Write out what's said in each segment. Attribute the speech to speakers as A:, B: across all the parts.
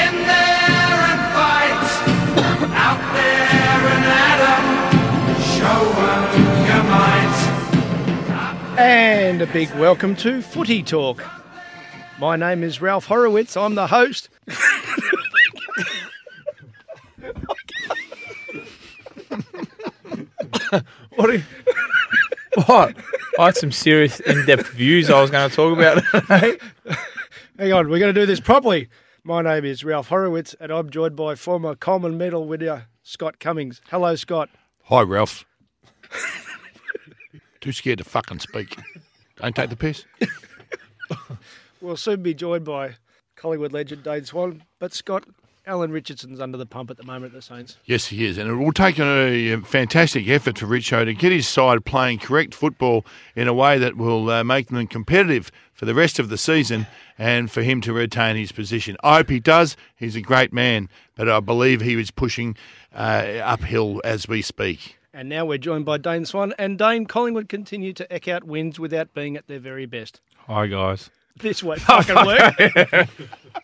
A: in there and fight, out there and Adam, show 'em your might.
B: And a big welcome to Footy Talk. My name is Ralph Horowitz. I'm the host. what are you,
C: What? I had some serious in-depth views I was going to talk about.
B: hang on, we're going to do this properly. My name is Ralph Horowitz, and I'm joined by former Common Medal winner Scott Cummings. Hello, Scott.
D: Hi, Ralph. Too scared to fucking speak. Don't take the piss.
B: We'll soon be joined by Collingwood legend Dane Swan. But Scott, Alan Richardson's under the pump at the moment at the Saints.
D: Yes, he is. And it will take a fantastic effort for Richo to get his side playing correct football in a way that will uh, make them competitive for the rest of the season and for him to retain his position. I hope he does. He's a great man, but I believe he is pushing uh, uphill as we speak.
B: And now we're joined by Dane Swan. And Dane, Collingwood continue to eke out wins without being at their very best.
C: Hi guys,
B: This won't fucking work.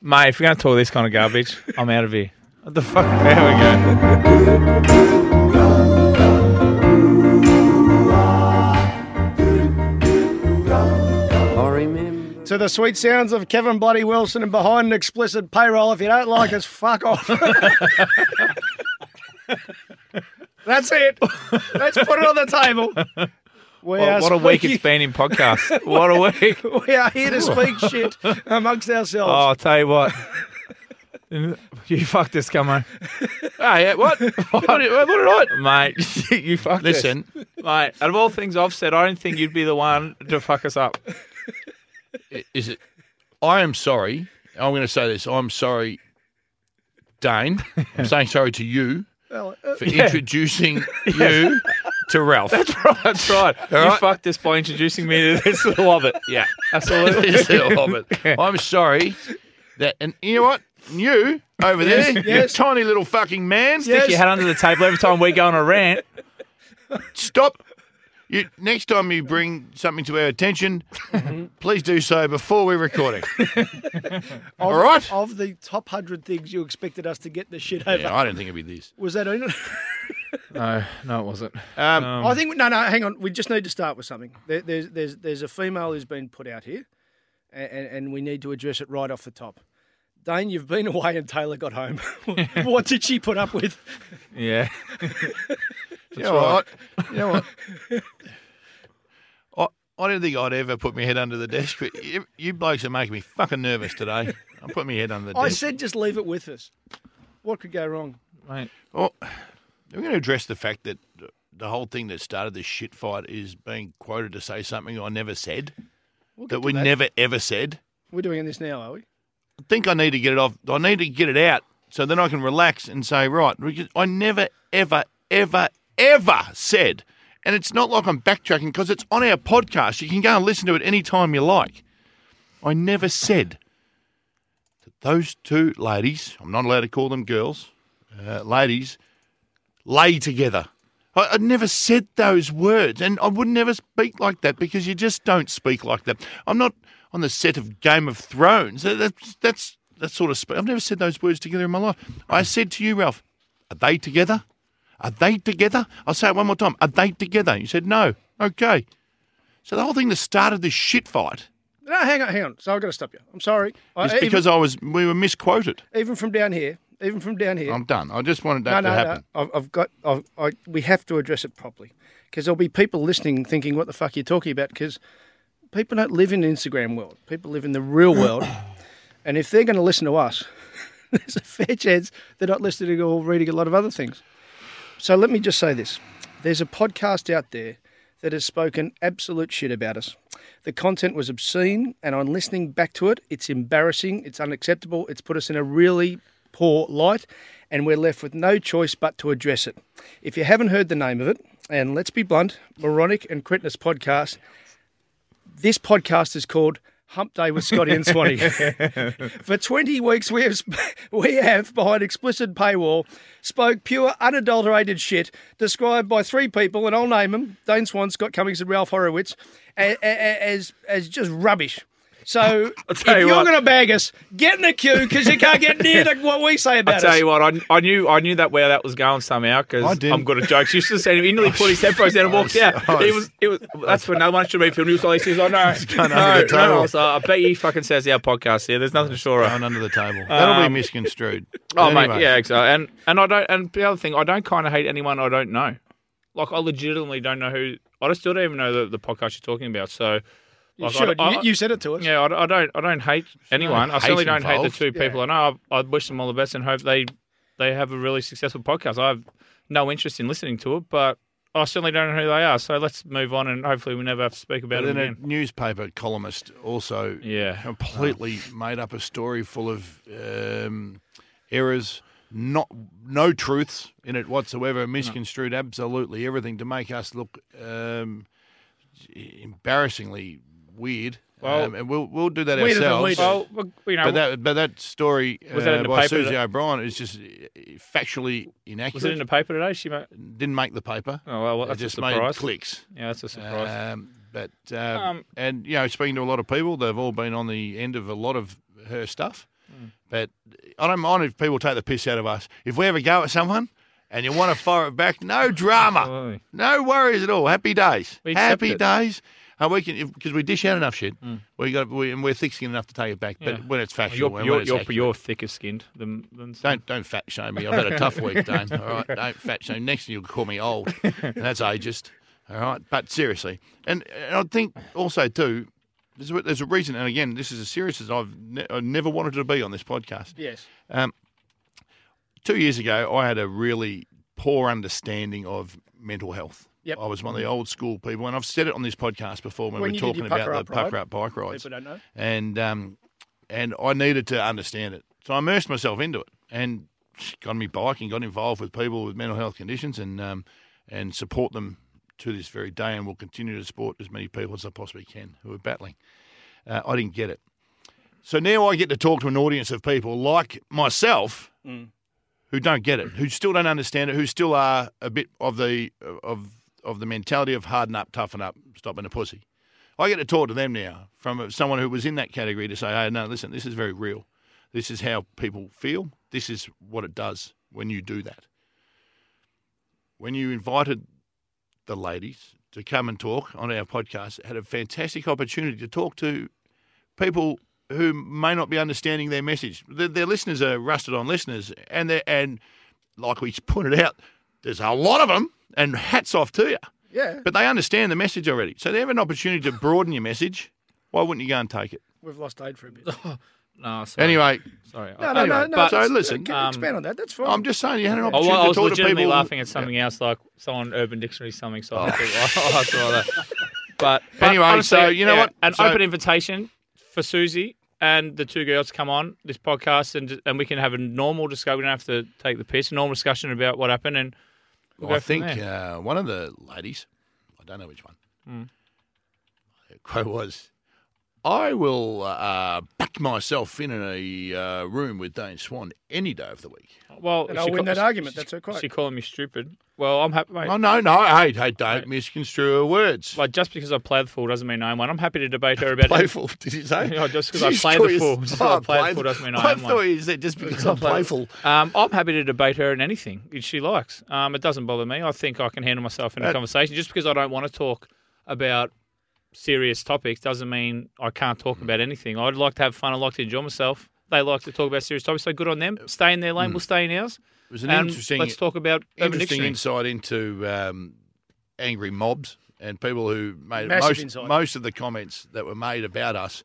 C: mate. If you're going to talk this kind of garbage, I'm out of here. What the fuck? There we go.
B: to the sweet sounds of Kevin Bloody Wilson and behind an explicit payroll. If you don't like us, fuck off. That's it. Let's put it on the table. We are
C: What, what a week
B: speaking-
C: it's been in podcasts. What a week.
B: We are here to speak shit amongst
C: Oh,
B: ourselves.
C: I'll tell you what. You fucked us, Camo.
D: Hey, Ah, what?
C: What did, I? Mate, you fucked us.
D: Listen.
C: Mate, out of all things I've said, I didn't think you'd be the one to fuck us up.
D: is it? I am sorry. I'm going to say this. I'm sorry, Dane. I'm saying sorry to you
B: Well, uh,
D: for introducing you to Ralph.
C: That's right. you
D: right.
C: fucked us by introducing me to this little hobbit. Yeah. That's all it
D: This
C: is.
D: little hobbit. I'm sorry that, and you know what? You over there, you
B: yes.
D: tiny little fucking man.
C: Stick your head under the table every time we go on a rant.
D: Stop. You, next time you bring something to our attention, please do so before we're recording. All right.
B: Of the top 100 things you expected us to get the shit over.
D: Yeah, I didn't think it'd be this.
B: Was that on?
C: No, no, it wasn't.
D: Um,
B: I think no, no. Hang on. We just need to start with something. There, there's, there's, there's a female who's been put out here, and, and, and we need to address it right off the top. Dane, you've been away, and Taylor got home. what did she put up with?
C: Yeah.
D: You know what? You know what? I, I didn't think I'd ever put my head under the desk, but you, you blokes are making me fucking nervous today. I'm putting my head under the
B: I
D: desk.
B: said just leave it with us. What could go wrong?
C: Mate.
D: Well, we're going to address the fact that the whole thing that started this shit fight is being quoted to say something I never said, that we never ever said.
B: We're doing this now, are we?
D: I think I need to get it off. I need to get it out so then I can relax and say, right, we could- I never ever ever ever said. And it's not like I'm backtracking because it's on our podcast. You can go and listen to it any time you like. I never said that those two ladies, I'm not allowed to call them girls, uh, ladies, lay together. I, I never said those words, and I would never speak like that because you just don't speak like that. I'm not on the set of Game of Thrones. That- That's that's that sort of. Spe- I've never said those words together in my life. I said to you, Ralph, are they together? Are they together? I'll say it one more time. Are they together? You said no. Okay. So the whole thing that started this shit fight
E: No, hang on, hang on. So I've got to stop you. I'm sorry.
D: is
E: I,
D: because I was we were misquoted.
E: even, even from down here, even from down here.
D: I'm done. I just wanted
E: no,
D: that
E: no,
D: to happen.
E: no. I've, I've got. I've, I, we have to address it properly because there'll be people listening thinking, "What the fuck are you talking about?" Because people don't live in the Instagram world. People live in the real world, and if they're going to listen to us, there's a fair chance they're not listening or reading a lot of other things. So let me just say this: there's a podcast out there that has spoken absolute shit about us. The content was obscene, and on listening back to it, it's embarrassing, it's unacceptable, it's put us in a really poor light, and we're left with no choice but to address it. If you haven't heard the name of it, and let's be blunt, Moronic and Critness podcast, this podcast is called Hump Day with Scotty and Swanee. For 20 weeks, we have, sp- we have, behind explicit paywall, spoke pure, unadulterated shit described by three people, and I'll name them Dane Swan, Scott Cummings, and Ralph Horowitz, a- a- a- as, as just rubbish. So if
B: tell
E: you're
B: you what.
E: going to bag us, get in the queue because you can't get near to what we say about
B: I tell
E: us.
B: you what, I, I knew I knew that where that was going somehow
D: I
B: because
D: didn't.
B: I'm good at jokes. You should have seen him. He nearly put his headphones down and walked out.
D: I was-
B: It was, it was. That's for another one should be filmed. He was like, he was like, no,
D: going
B: no,
D: under the
B: no. I
D: table.
B: was like, I bet he fucking says our podcast here. There's nothing to shore up. Um,
D: Going under the table. That'll be misconstrued.
B: Oh
D: Anyway.
B: mate, yeah, exactly. And and I don't. And the other thing, I don't kind of hate anyone I don't know. Like I legitimately don't know who. I just still don't even know the, the podcast you're talking about. So, like, I-
E: Sure,
B: I-
E: you, you said it to us.
B: yeah, I, I don't. I don't hate anyone. I
D: hate
B: certainly don't hate
D: involved.
B: the two people. I know. I, I wish them all the best and hope they they have a really successful podcast. I have no interest in listening to it, but I certainly don't know who they are. So let's move on and hopefully we never have to speak about
D: And
B: it
D: then a
B: again.
D: newspaper columnist also
B: Yeah.
D: completely made up a story full of um, errors, not no truths in it whatsoever, misconstrued absolutely everything to make us look um, embarrassingly weird.
B: Well-
D: um, and we'll we'll do that
E: Weirder than we
D: ourselves.
E: do. Well,
B: Well, you know,
D: but that but that story
B: Was that in
D: uh,
B: the
D: by
B: paper
D: Susie
B: that-
D: O'Brien is just uh, factually inaccurate.
B: was it in the paper today? She ma-
D: Didn't make the paper.
B: Oh, well, that's
D: it
B: a
D: just made
B: surprise.
D: clicks.
B: yeah, that's a surprise.
D: Um, but uh,
B: Um,
D: and you know, speaking to a lot of people, they've all been on the end of a lot of her stuff.
B: Hmm.
D: But I don't mind if people take the piss out of us. If we ever go at someone and you want to fire it back, no drama,
B: Absolutely.
D: no worries at all. Happy days,
B: We accept
D: happy
B: it. Hmm.
D: days. And we can because we dish out enough shit. We got we, and we're thick skinned enough to take it back. But
B: Yeah.
D: when it's
B: Well,
D: factual,
B: you're
D: and
B: you're,
D: when it's
B: you're,
D: accurate.
B: you're thicker skinned than than. some.
D: Don't don't fat shame me. I've had a tough week, Dane. All right, don't fat shame. Next thing you'll call me old, and that's ageist. All right, but seriously, and, and I think also too, there's a, there's a reason. And again, this is as serious as I've ne- I never wanted to be on this podcast. Um,
E: Yes.
D: Two years ago, I had a really poor understanding of mental health.
E: Yep.
D: I was one of the old school people, and I've said it on this podcast before when,
E: When
D: we
E: you
D: were
E: did your
D: talking about
E: pucker
D: the
E: up ride,
D: pucker up bike rides
E: People don't know.
D: and um, and I needed to understand it. So I immersed myself into it and got on my bike and got involved with people with mental health conditions and um, and support them to this very day and will continue to support as many people as I possibly can who are battling. Uh, I didn't get it. So now I get to talk to an audience of people like myself
E: Mm.
D: who don't get it, who still don't understand it, who still are a bit of the of of the mentality of harden up, toughen up, stopping a pussy. I get to talk to them now from someone who was in that category to say, "Hey, no, listen, this is very real. This is how people feel. This is what it does when you do that." When you invited the ladies to come and talk on our podcast, had a fantastic opportunity to talk to people who may not be understanding their message. Their, their listeners are rusted on listeners, and they and like we pointed out, there's a lot of them. And hats off to you.
E: Yeah,
D: But they understand the message already. So they have an opportunity to broaden your message. Why wouldn't you go and take it?
E: we've lost aid for a bit.
B: No, sorry.
D: Anyway,
B: sorry.
E: No,
B: I,
E: no,
D: anyway,
E: no, no.
D: but- so listen, um,
E: Can you expand on that. That's fine.
D: I'm just saying you had an
B: I,
D: opportunity
B: wa- Oh, I was
D: to talk to
B: legitimately
D: people. Oh.
B: laughing at something else, like someone Urban Dictionary something. So I, think, I saw that. But, but
D: Anyway, so you know what?
B: An
D: So-
B: open invitation for Susie and the two girls to come on this podcast, and and we can have a normal discussion. We don't have to take the piss. A normal discussion about what happened, and
D: Well,
B: We'll
D: I
B: go from
D: think uh, one of the ladies, I don't know which one, her quote was, I will uh, back myself in a uh, room with Dane Swan any day of the week.
B: well,
E: And
B: she
E: I'll win
B: ca-
E: that
B: she-
E: argument,
B: she-
E: that's her quote.
B: She calling me stupid. Well, I'm happy. Mate.
D: Oh, no, no, hey, hey, don't misconstrue her words.
B: Like just because I played the fool doesn't mean I am one. I'm happy to debate her about it.
D: playful, did you say?
B: Yeah, just 'cause
D: Did
B: I
D: you
B: play the
D: sure you-
B: fool. Just 'cause I
D: Oh,
B: play the fool doesn't mean I
D: I
B: am one.
D: thought you said just because I'm playful.
B: Um, I'm happy to debate her in anything that she likes.
D: Uh,
B: Um, it doesn't bother me. I think I can handle myself in a
D: That-
B: conversation just because I don't want to talk about
D: serious topics doesn't mean I can't talk about anything. I'd like to have fun. I like to enjoy myself. They like to talk about serious topics, so good on them. Stay in their lane. We'll stay in ours.
B: Mm. It was an
D: And
B: interesting-
D: Let's talk about Urban
B: interesting
D: Dictionary.
B: insight into um, angry mobs and people who made
F: Massive
B: most
F: insight.
B: most of the comments that were made about us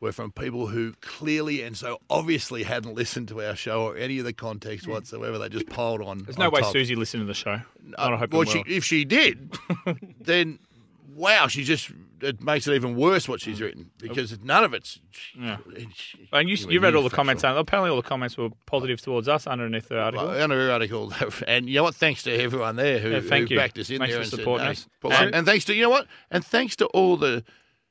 B: were from people who clearly and so obviously hadn't listened to our show or any of the context
F: Mm.
B: whatsoever. They just piled on.
D: There's
B: on
D: no way
B: top. Uh,
D: Susie listened to the show. Not I hope
B: well,
D: well,
B: she, if she did, then wow, she just it makes it even worse what she's written because none of it's.
D: And you, you read all the comments. and Apparently, all the comments were positive towards us underneath the article.
B: Well, under her article, and you know what? Thanks to everyone there who,
D: Yeah, thank
B: who
D: you.
B: backed us in
D: Thanks
B: there
D: for
B: and
D: supporting
B: said,
D: us.
B: no,
D: And-
B: and, and thanks to you know what? And thanks to all the,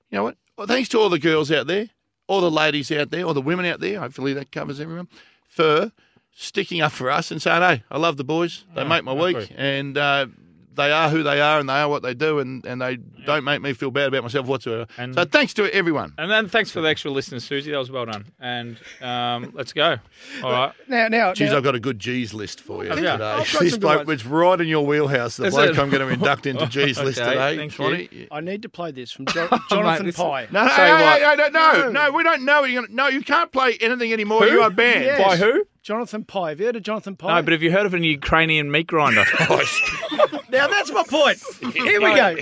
B: you know what? Well, thanks to all the girls out there, all the ladies out there, all the women out there. Hopefully that covers everyone for sticking up for us and saying, "Hey, I love the boys. They make my week,
D: lovely.
B: and uh, they are who they are, and they are what they do, and, and they don't make me feel bad about myself whatsoever."
D: And-
B: so thanks to everyone.
D: And then thanks for the extra listeners, Susie. That was well done. And um, let's go. All right.
F: Now, now,
B: Geez,
F: now-
B: I've got a good G's list for you
D: Have you?
B: today.
F: I've got
B: This
F: some good
B: bloke,
F: ones.
B: it's right in your wheelhouse. The
D: Is
B: bloke
D: it?
B: I'm going to induct into G's list
D: Okay,
B: today.
D: thank
B: Johnny.
F: I need to play this from Jo- Jonathan
D: this-
F: Pye.
B: No, no,
D: Tell you what.
B: no, no, no, no, we don't know. what You're gonna, no, you can't play anything anymore.
D: Who?
B: You are banned.
F: Yes.
D: By who?
F: Jonathan Pye. Have you heard of Jonathan Pye?
D: No, but have you heard of a Ukrainian meat grinder?
F: now that's my point. Here we go.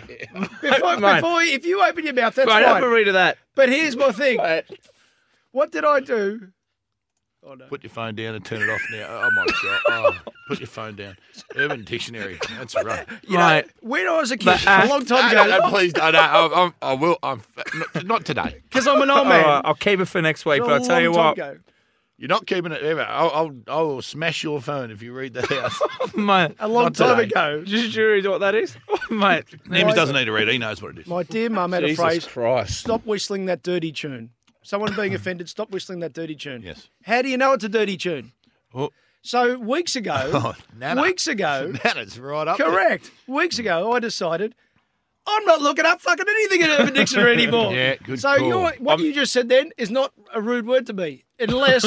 F: Before,
D: Mate.
F: before if you open your mouth, that's
D: right, have a
F: fine.
D: read of that.
F: But here's my thing.
B: Right.
F: What did I do?
B: Put your phone down and turn it off now. Oh my god! Oh, put your phone down. Urban Dictionary. That's right.
F: You
D: Right.
F: know, when I was a kid,
D: But, uh,
F: a long
B: No,
F: time
B: no,
F: ago,
B: no, please, no, no, I, I'm, I will. I'm not, not today.
F: because I'm an old
D: All
F: man.
D: right, I'll keep it for next week, but I'll tell you what,
B: You're not keeping it ever. I'll, I'll, I will smash your phone if you read that out.
D: mate.
F: A long
B: Not
F: time
B: today.
F: ago,
D: Just you read what that is, Oh, mate.
B: Nemes doesn't need to read. He knows what it is.
F: my dear mum had
B: Jesus
F: a phrase
B: Christ.
F: stop whistling that dirty tune. Someone being offended, stop whistling that dirty tune.
B: Yes.
F: How do you know it's a dirty tune?
B: Oh.
F: So weeks ago,
B: Oh, Nana.
F: weeks ago,
B: Nana's right up. there.
F: correct, weeks ago, I decided I'm not looking up fucking anything in Urban Dictionary anymore.
B: Yeah, good
F: So
B: call.
F: you're, what you just said then is not a rude word to me, unless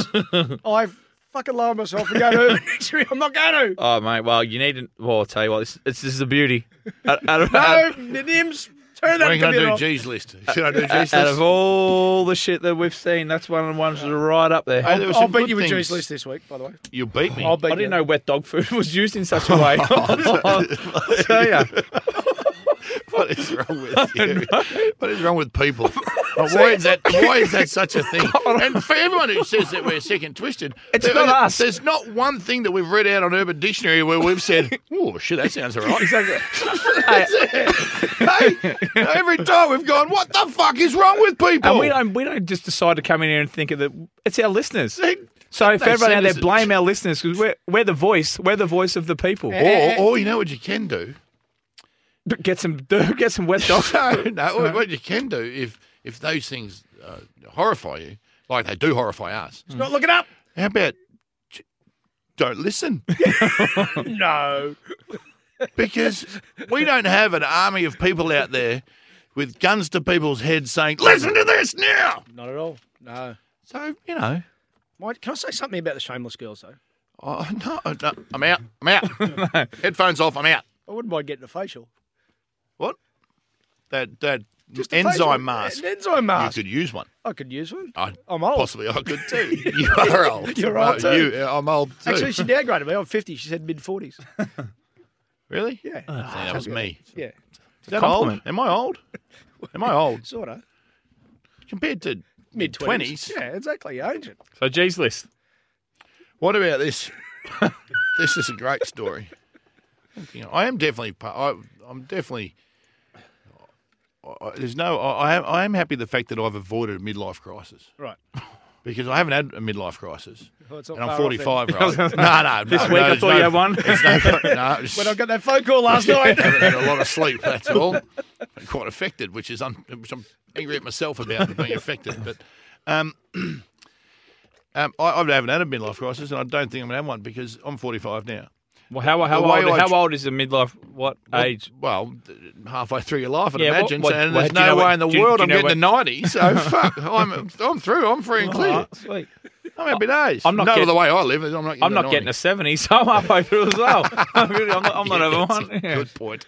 F: I fucking lower myself and go to Urban Dictionary. I'm not going to.
D: Oh, mate. Well, you need. an- Well, I'll tell you what. This, this, this is the beauty. Out, out of, out,
F: No, the Nims, turn that
B: When can I
F: computer
B: do
F: off.
B: G's list?
F: Uh,
B: Should I do G's list?
D: out of all the shit that we've seen, that's one of the ones that are right up there.
B: Hey, there were
F: I'll
B: some
F: beat
B: good
F: you with
B: things.
F: G's list this week, by the way.
B: You beat me.
F: I'll beat
D: I didn't
F: you.
D: know wet dog food was used in such a way. I'll tell you.
B: What is wrong with you? What is wrong with people? Like, why is that? Why is that such a thing? And for everyone who says that we're sick and twisted,
D: It's not us.
B: There's not one thing that we've read out on Urban Dictionary where we've said, "Oh shit, that sounds alright." Exactly. hey, every time we've gone, "What the fuck is wrong with people?"
D: And we don't we don't just decide to come in here and think that it's our listeners.
B: They-
D: So if
B: they
D: everyone out
B: send
D: there
B: us a-
D: blame our listeners because we're we're the voice, we're the voice of the people.
B: Or, or you know what you can do?
D: But Get some get some wet dog.
B: no, no. what- What you can do if if those things uh, horrify you, like they do horrify us,
F: Not looking up.
B: How about j- don't listen?
F: No.
B: Because we don't have an army of people out there with guns to people's heads saying, listen to this now.
F: Not at all. No.
B: So, you know,
F: Mike, can I say something about the Shameless Girls, though?
B: oh, no, no, I'm out. I'm out. Headphones off. I'm out.
F: I wouldn't mind getting a facial.
B: What? That, that
F: Just a
B: enzyme
F: facial.
B: mask. Oh.
F: An enzyme mask.
B: You could use one.
F: I could use one.
B: I,
F: I'm old.
B: Possibly I could too. You are old.
F: You're old
B: Oh,
F: too.
B: You, I'm old too.
F: Actually, she downgraded me. I'm 50. She said mid 40s.
B: really?
F: Yeah.
B: See, that was me.
F: Yeah.
B: Is that old?
D: compliment.
B: Am I old? Am I old?
F: Sort of.
B: Compared to
F: Mid
B: 20s.
F: Yeah, exactly. Ancient.
D: So G's list.
B: What about this? this is a great story. You know, I am definitely. pa- I, I'm definitely. I, I- there's no. I, I am- I am happy the fact that I've avoided a midlife crisis
F: Right.
B: because I haven't had a midlife crisis,
F: Well, it's not
B: and I'm
F: far off then.
B: 45. Right? no, no.
D: This
B: no,
D: week
B: no,
D: I
B: there's
D: thought
B: no,
D: you had one.
B: there's No, no, it's-
F: When I got that phone call last night.
B: I haven't had a lot of sleep. That's all. I'm quite affected, which is un- which I'm angry at myself about being affected. But um, um, I, I haven't had a midlife crisis, and I don't think I'm gonna have one because I'm 45 now.
D: Well, how how
B: The way
D: old
B: I
D: how
B: tr-
D: old is the midlife? What age?
B: Well, th- halfway through your life, I'd
D: Yeah, what-
B: imagine.
D: what-
B: and
D: what-
B: there's
D: do you
B: no
D: know
B: way
D: what-
B: in the
D: do you-
B: world
D: do you
B: I'm
D: know
B: getting
D: what-
B: to 90. So, fuck, I'm, I'm through. I'm free and clear.
D: Oh, sweet.
B: I'm happy days.
D: I'm not
B: no,
D: get-
B: the way I live is I'm not getting
D: I'm
B: to
D: not
B: 90.
D: getting a seventy, so I'm halfway through as well. I'm, really, I'm not, I'm not over
B: That's
D: one.
B: a
D: Yeah.
B: Good point.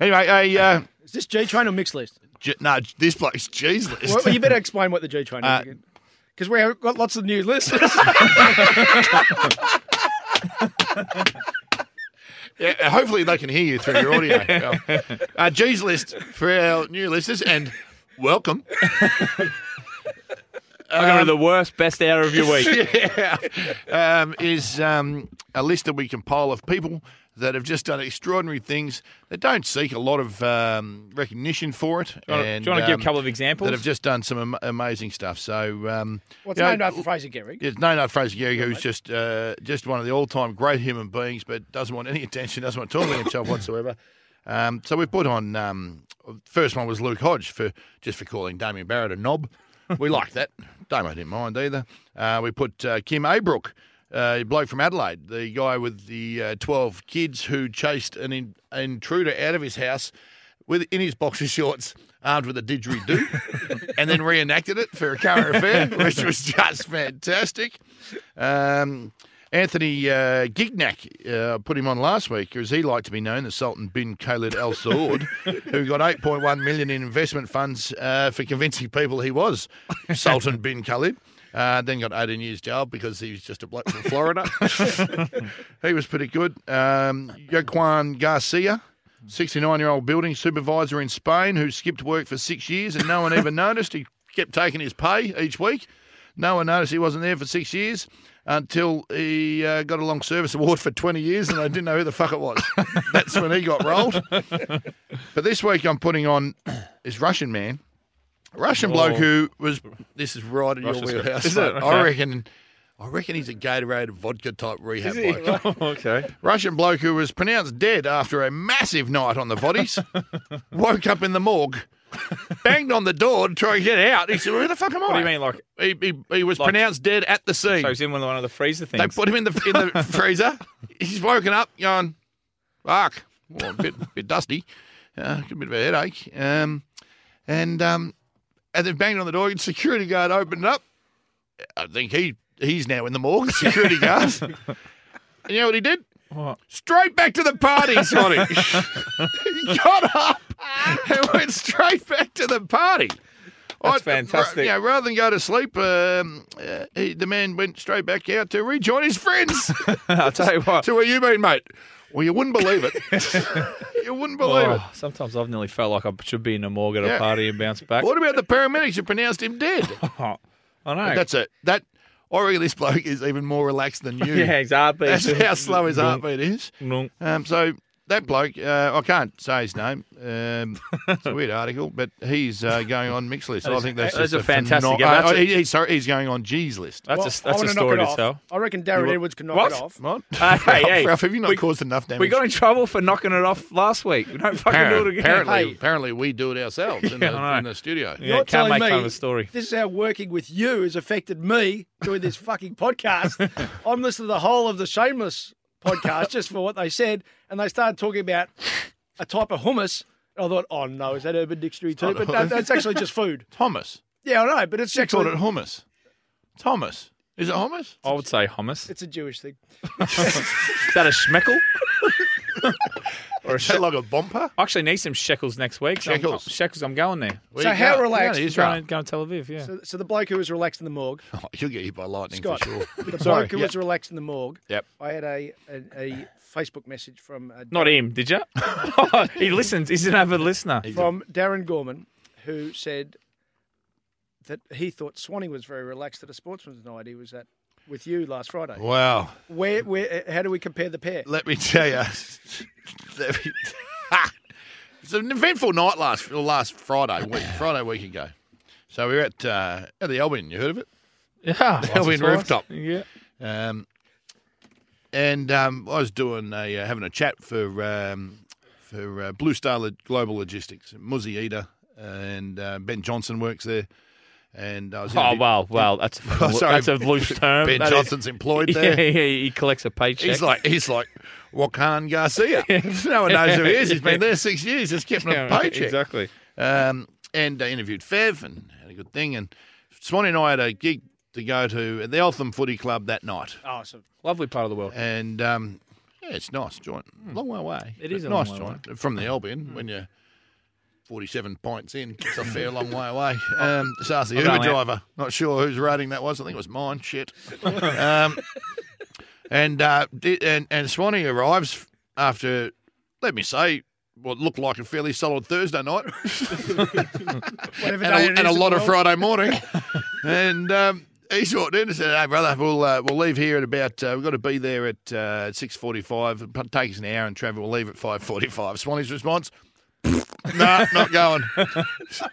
B: Anyway, I, uh,
F: Is this G Train or Mixed List?
B: J- no, this bloke's G's list.
F: Well, you better explain what the G Train
B: Uh,
F: is again. Because we've got lots of new listeners.
B: Yeah, uh, hopefully they can hear you through your audio. Yeah. uh, G's list for our new listeners and welcome.
D: I'm going to the worst best hour of your week.
B: um, is um, a list that we compile of people that have just done extraordinary things that don't seek a lot of um, recognition for it.
D: you wanna-
B: and,
D: do you wanna give a
B: um,
D: couple of examples?
B: That have just done some am- amazing stuff. So, um,
F: What's
B: you know,
F: named after Fraser Gehrig?
B: It's no, no, Fraser Gehrig, who's just uh, just one of the all-time great human beings, but doesn't want any attention, doesn't want to talk about himself whatsoever. Um, so we put on um, first one was Luke Hodge for just for calling Damien Barrett a knob. We liked that. Damo didn't mind either. Uh, we put uh, Kim Abrook, uh, a bloke from Adelaide, the guy with the uh, twelve kids who chased an, in- an intruder out of his house with in his boxer shorts, armed with a didgeridoo, and then reenacted it for a current affair, which was just fantastic. Um, Anthony uh, Gignac uh, put him on last week, or as he liked to be known, the Sultan bin Khalid Al Saud, who got 8.1 million in investment funds uh, for convincing people he was Sultan bin Khalid. Uh, then got 18 years jail because he was just a bloke from Florida. he was pretty good. Um, Joaquin Garcia, 69 year old building supervisor in Spain who skipped work for six years and no one even noticed. He kept taking his pay each week. No one noticed he wasn't there for six years until he uh, got a long service award for 20 years and I didn't know who the fuck it was. That's when he got rolled. But this week I'm putting on this Russian man. Russian bloke who was. This is right in your
D: Russia's good.
B: wheelhouse.
D: Is it?
B: mate. I
D: Okay.
B: reckon. I reckon he's a Gatorade vodka type rehab bloke.
D: okay.
B: Russian bloke who was pronounced dead after a massive night on the voddies, woke up in the morgue, banged on the door to try and get out. He said, "Where the fuck am I?"
D: What do you mean, like,
B: He, he, he was
D: Like-
B: pronounced dead at the scene.
D: so he's in one of one of the freezer
B: they
D: things?
B: put him in the in the freezer. He's woken up going, "Fuck, well, a bit bit dusty, uh, got a bit of a headache." Um, and um, and they've banged on the door. And security guard opened up. I think he he's now in the morgue. the Security guard. and you know what he did? Straight back to the party, Sonny. he got up and went straight back to the party.
D: That's
B: I'd- uh,
D: fantastic.
B: Yeah, rather than go to sleep, um, uh, he, the man went straight back out to rejoin his friends.
D: I'll tell you what.
B: so, where you been, mate? Well, you wouldn't believe it. you wouldn't believe
D: Oh, sometimes I've nearly felt like I should be in a morgue at a
B: Yeah.
D: party and bounce back.
B: it. What about the paramedics who pronounced him dead?
D: I know.
B: That's it. That I reckon this bloke is even more relaxed than you.
D: yeah, his heartbeat.
B: That's how slow his heartbeat is.
D: Noong.
B: Um, so that bloke, uh, I can't say his name. Um, it's a weird article, but he's uh, going on mixed list. I think that's,
D: That's
B: just
D: a fantastic-
B: phenom-
D: yeah, that's
B: uh,
D: a-
B: he- he's, sorry, he's going on G's list.
D: That's a, that's
F: I
D: a
F: wanna knock
D: story
F: it
D: to
F: off.
D: tell.
F: I reckon Darren
B: what?
F: Edwards can knock
D: What?
F: it off.
B: What?
D: Uh, hey,
B: Ralph,
D: hey.
B: Ralph, have you not
D: we-
B: caused enough damage?
D: We got in trouble for knocking it off last week. We don't fucking do
B: apparently,
D: it again.
B: apparently,
F: Hey.
B: apparently we do it ourselves in,
D: Yeah, I
B: the,
D: know.
B: in the studio.
D: Yeah,
F: You're
D: can't
F: telling
D: make
F: me
D: fun of a story.
F: This is how working with you has affected me doing this fucking podcast. I'm listening to the whole of the Shameless podcast just for what they said, and they started talking about a type of hummus. I thought, oh no, is that Urban Dictionary too?
B: not
F: But
B: hummus.
F: that, that's actually just food.
B: Thomas,
F: Yeah, I know, but it's
B: you called
F: actually
B: it hummus. Thomas, is it hummus?
D: I would say hummus. Is
F: it's a Jewish thing.
D: that a schmeckle?
B: Or is that like a bumper?
D: I actually need some shekels next week. So I'm-
B: Shekels.
D: shekels. I'm going there.
B: Where
F: So
B: you
F: how
B: go?
F: relaxed-
B: Yeah, it is
D: Going,
B: right.
D: going to Tel Aviv, yeah.
F: So, so the bloke who was relaxed in the morgue,
B: Oh, you'll get hit by lightning
F: Scott,
B: for sure.
F: the
B: Sorry,
F: bloke who
B: yeah.
F: was relaxed in the morgue.
B: Yep.
F: I had a a, a Facebook message from uh, a
D: Not him, did you? he listens. He's an avid listener.
F: from Darren Gorman, who said that he thought Swanee was very relaxed at a sportsman's night he was at with you last Friday.
B: Wow.
F: Where, where, how do we compare the pair?
B: Let me tell you. Let me- it's an eventful night last well, last Friday week, Friday week ago. So we were at uh, at the Albion. You heard of it?
D: Yeah.
B: Albion rooftop.
D: Yeah.
B: Um, and um, I was doing a, uh, having a chat for um, for uh, Blue Star Lo- Global Logistics. Muzzy Eder and uh, Ben Johnson works there. And I was
D: Oh,
B: interview-
D: wow. Wow. That's a, fucking-
B: Oh, Sorry,
D: that's a loose term.
B: Ben
D: That is-
B: Johnson's employed there.
D: Yeah, yeah, he collects a paycheck.
B: He's like he's like Joaquin Garcia. no one knows who he is. He's been there six years. He's kept
D: Yeah,
B: a paycheck.
D: Exactly.
B: Um, and I interviewed Fev and had a good thing. And Swanee and I had a gig to go to at the Eltham Footy Club that night.
F: Oh, so
D: Lovely part of the world.
B: And um, yeah, it's nice joint. Long way away.
D: Hmm. It
B: but
D: is a long
B: nice
D: way Hmm.
B: joint from the Albion when you 47 pints in. It's a fair long way away. Um, just ask the
D: I'll go
B: Uber
D: out.
B: driver. Not sure whose rating that was. I think it was mine. Shit. Um, and, uh, di- and and Swanee arrives after, let me say, what looked like a fairly solid Thursday night
F: Whatever
B: and
F: day
B: a,
F: it
B: and
F: is
B: a
F: in the
B: lot of
F: world.
B: Friday morning. and um, he's walked in and said, "Hey, brother, we'll uh, we'll leave here at about uh, we've got to be there at uh, six forty-five. It'll Take us an hour and travel. We'll leave at five forty-five. Swanee's response: Nah, not going. what?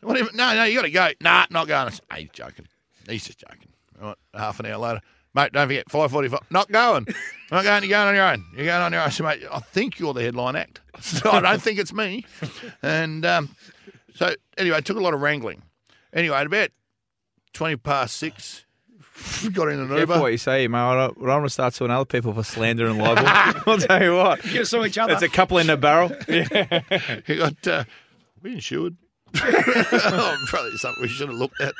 B: What do you- no, no, you got to go. Nah, not going. I said, hey, he's joking. He's just joking. All right, half an hour later. Mate, don't forget, 5.45. Not going. Not going. You're going on your own. You're going on your own. So, mate, I think you're the headline act. So I don't think it's me. And um, so anyway, it took a lot of wrangling. Anyway, at about twenty past six, we got in an Uber.
G: Careful what you say, man. I don't, I don't want to start suing other people for slander and libel. I'll tell you what.
F: You saw each other.
G: It's a couple in a barrel.
B: He got uh, we insured. oh, probably something we should have looked at.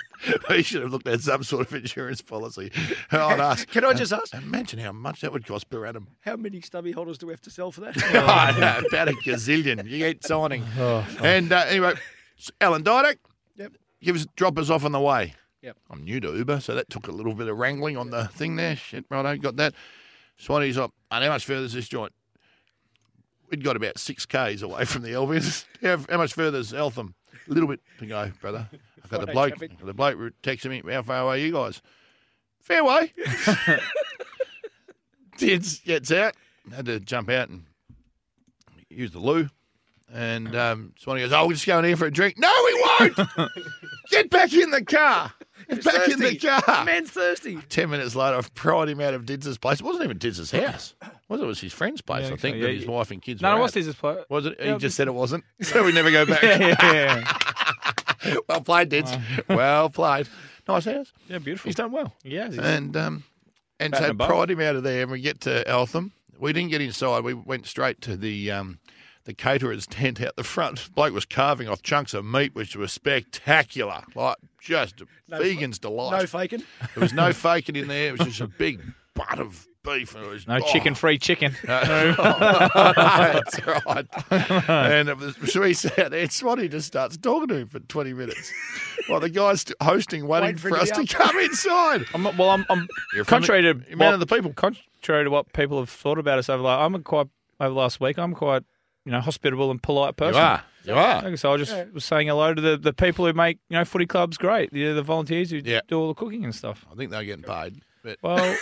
B: We should have looked at some sort of insurance policy. And I'd ask. uh,
F: Can I just ask?
B: Imagine how much that would cost per annum.
F: How many stubby holders do we have to sell for that?
B: Oh, no, about a gazillion. You ain't signing. and uh, anyway, s- Alan Didack,
F: Oh, Yep.
B: give us drop us off on the way.
F: Yep.
B: I'm new to Uber, so that took a little bit of wrangling on the thing there. Shit, righto, got that. Swanee's up. And oh, how much further is this joint? We'd got about six k's away from the Elvis. How, how much further is Eltham? A little bit to go, brother. I've got the
F: Friday
B: bloke.
F: traffic.
B: The bloke texted me. How far away are you guys? Fair way. Dids gets out. Had to jump out and use the loo. And um, Swanee goes, "Oh, we're just going here for a drink." No, we won't. Get back in the car. Get back in the
F: thirsty.
B: car.
F: Man's thirsty.
B: Ten minutes later, I've pried him out of Didz's place. It wasn't even Didz's house. Was it? It was his friend's place?
G: Yeah,
B: I think
G: okay,
B: that
G: yeah,
B: his
G: yeah.
B: wife and kids.
D: No,
B: were
D: it was
B: at.
D: Dizz's place.
B: Was it? He
D: Yeah,
B: just said it wasn't, so we never go back.
G: yeah.
B: well played, Dids. Well played. Nice house.
D: Yeah, beautiful.
B: He's done well.
D: Yeah, he's-
B: And um, and
D: Bat
B: so
D: and a ball.
B: pried him out of there, and we get to Eltham. We didn't get inside. We went straight to the um, the caterer's tent out the front. Bloke was carving off chunks of meat, which were spectacular, like just vegan's delight.
F: No faking.
B: there was no faking in there. It was just a big butt of beef. And it was,
D: no
B: oh,
D: chicken free chicken.
B: That's right. And it was, so he sat there. and Swanee just starts talking to him for 20 minutes while the guy's st- hosting, waiting
F: Waiting for
B: for,
F: him to
B: us to
F: be
B: come inside.
D: I'm, not- well, I'm, I'm
B: You're from
D: contrary
B: the-
D: to
B: you're man of the
D: people. Contrary to what people have thought about us over the I'm a quite over the last week. I'm quite you know hospitable and polite person.
B: You are.
D: Okay, So I just was saying hello to the, the people who make you know footy clubs great. The, the volunteers who
B: Yeah.
D: do all the cooking and stuff.
B: I think they're getting paid. But,
D: Well,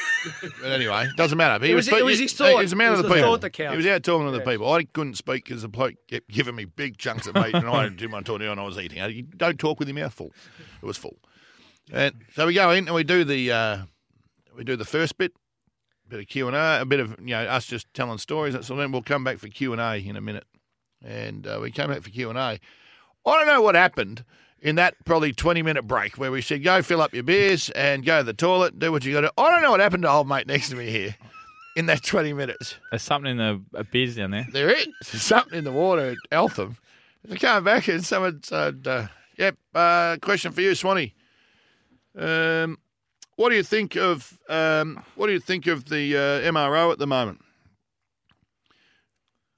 B: but anyway, doesn't matter. But He
F: It was-
B: but
F: it was
B: he-
F: his thought.
B: He was a man
F: It
B: of
F: was
B: the
F: the
B: people.
F: thought that counts.
B: He was out talking to the people. I couldn't speak because the bloke kept giving me big chunks of meat, and I didn't do my talking when I was eating. I, you don't talk with your mouth full. It was full. And so we go in and we do the uh, we do the first bit, a bit of Q and A, a bit of you know us just telling stories. So then we'll come back for Q and A in a minute. And uh, we came back for Q and A. I don't know what happened in that probably 20 minute break where we said, go fill up your beers and go to the toilet, do what you got to. I don't know what happened to old mate next to me here in that 20 minutes.
D: there's something in the uh, beers down there.
B: There is something in the water at Eltham. I came back and someone said, uh, yep, uh, question for you, Swanee. Um, what do you think of um, what do you think of the uh, MRO at the moment?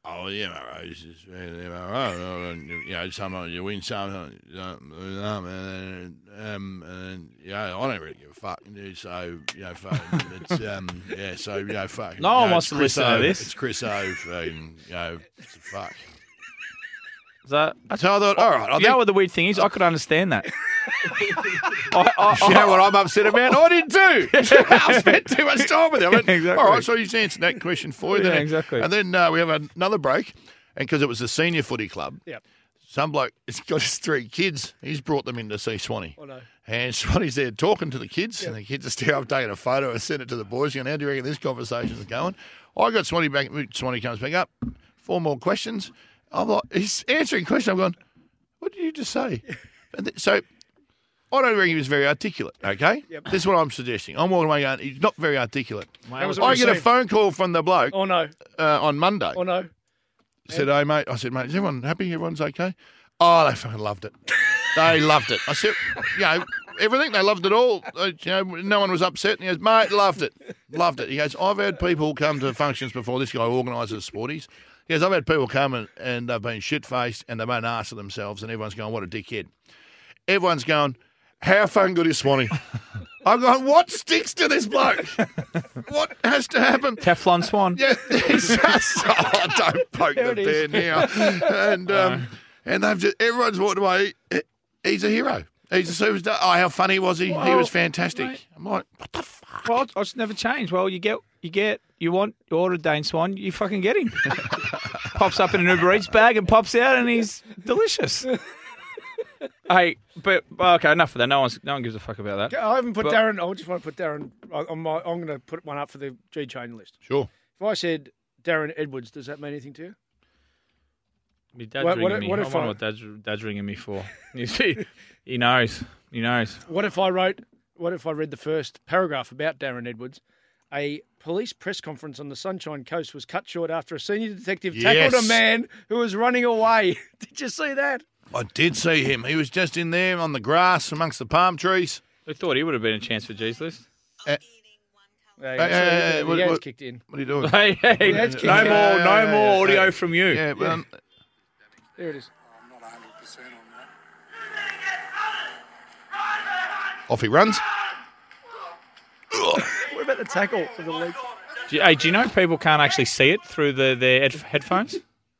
B: Oh, the MRO is just the MRO. You know, sometimes you win, sometimes you don't lose. Um, and, um, and yeah, I don't really give a fuck. do So you know, fuck. It's, um, yeah, so you know, fuck.
D: No
B: you
D: one
B: know,
D: wants
B: it's
D: to
B: Chris
D: listen to
B: O,
D: this.
B: It's Chris O. Fucking, you know, it's a fuck.
D: Is that
B: So I thought, all right, I
D: you know
B: think,
D: what the weird thing is? I could understand that. I, I,
B: you know what I'm upset about? I did too. I spent too much time with him. I went,
D: Exactly.
B: All right, so he's answered that question for you
D: Yeah,
B: then.
D: exactly.
B: And then uh, we have another break, and because it was the senior footy club,
F: Yep.
B: some bloke has got his three kids. He's brought them in to see Swanee.
F: Oh, no.
B: And Swanee's there talking to the kids, and the kids are still up taking a photo and send it to the boys. Going, how do you reckon this conversation is going? I got Swanee back. Swanee comes back up. Four more questions. I'm like, he's answering questions. I'm going, what did you just say? And th- so I don't reckon he was very articulate. Okay, this is what I'm suggesting. I'm walking away going, he's not very articulate.
F: That was what
B: I
F: we
B: get a
F: said.
B: phone call from the bloke
F: Oh no.
B: uh, on Monday.
F: Oh no.
B: said, "Hey mate," I said, "Mate, is everyone happy? Everyone's okay?" Oh, they fucking loved it. They loved it. I said, "You know, everything. They loved it all. Uh, you know, no one was upset." And he goes, "Mate, loved it, loved it." He goes, "I've had people come to functions before. This guy organises sporties. He goes, I've had people come and, and they've been shit faced and they've made an ass of themselves, and everyone's going, What a dickhead. Everyone's going, How fucking good is Swanee? I'm going, What sticks to this bloke? what has to happen?
D: Teflon Swan.
B: Yeah, it's just, oh, don't poke the bear now. And um, and they've just everyone's walked away. He- He's a hero. He's a superstar. Oh, how funny was he? he
D: Well,
B: was fantastic.
D: mate.
B: I'm like, what the fuck?
D: Well, it's- it's never changed. Well, you get, you get, you want, you order Dane Swan, you fucking get him. pops up in an Uber Eats bag and pops out, and he's delicious. hey, but okay, enough of that. No one's, no one gives a fuck about that.
F: I haven't put
D: But-
F: Darren. I just want to put Darren on on my. I'm going to put one up for the G chain list.
B: Sure.
F: If I said Darren Edwards, does that mean anything to you?
D: My dad's
F: What- what
D: ringing
F: if-
D: me.
F: what
D: I
F: if
D: wonder
F: I-
D: what dad's, dad's ringing me for. You see, he knows. He knows.
F: What if I wrote? What if I read the first paragraph about Darren Edwards? A police press conference on the Sunshine Coast was cut short after a senior detective tackled
B: Yes.
F: a man who was running away. Did you see that?
B: I did see him. He was just in there on the grass amongst the palm trees.
D: I thought he would have been a chance for G's list.
F: Yeah,
B: Hey, hey, hey, hey, Uh, what-
F: the ads
B: what-
F: kicked in.
B: What are you doing?
D: Hey, hey,
F: That's
D: no
F: kidding. Yeah,
D: more,
B: yeah,
D: no
B: yeah,
D: more
B: yeah.
D: audio from you.
B: Yeah, well, uh,
F: There it is.
B: off he runs.
F: What about the tackle for the leg?
D: Do you- hey, do you know people can't actually see it through the, their head, headphones?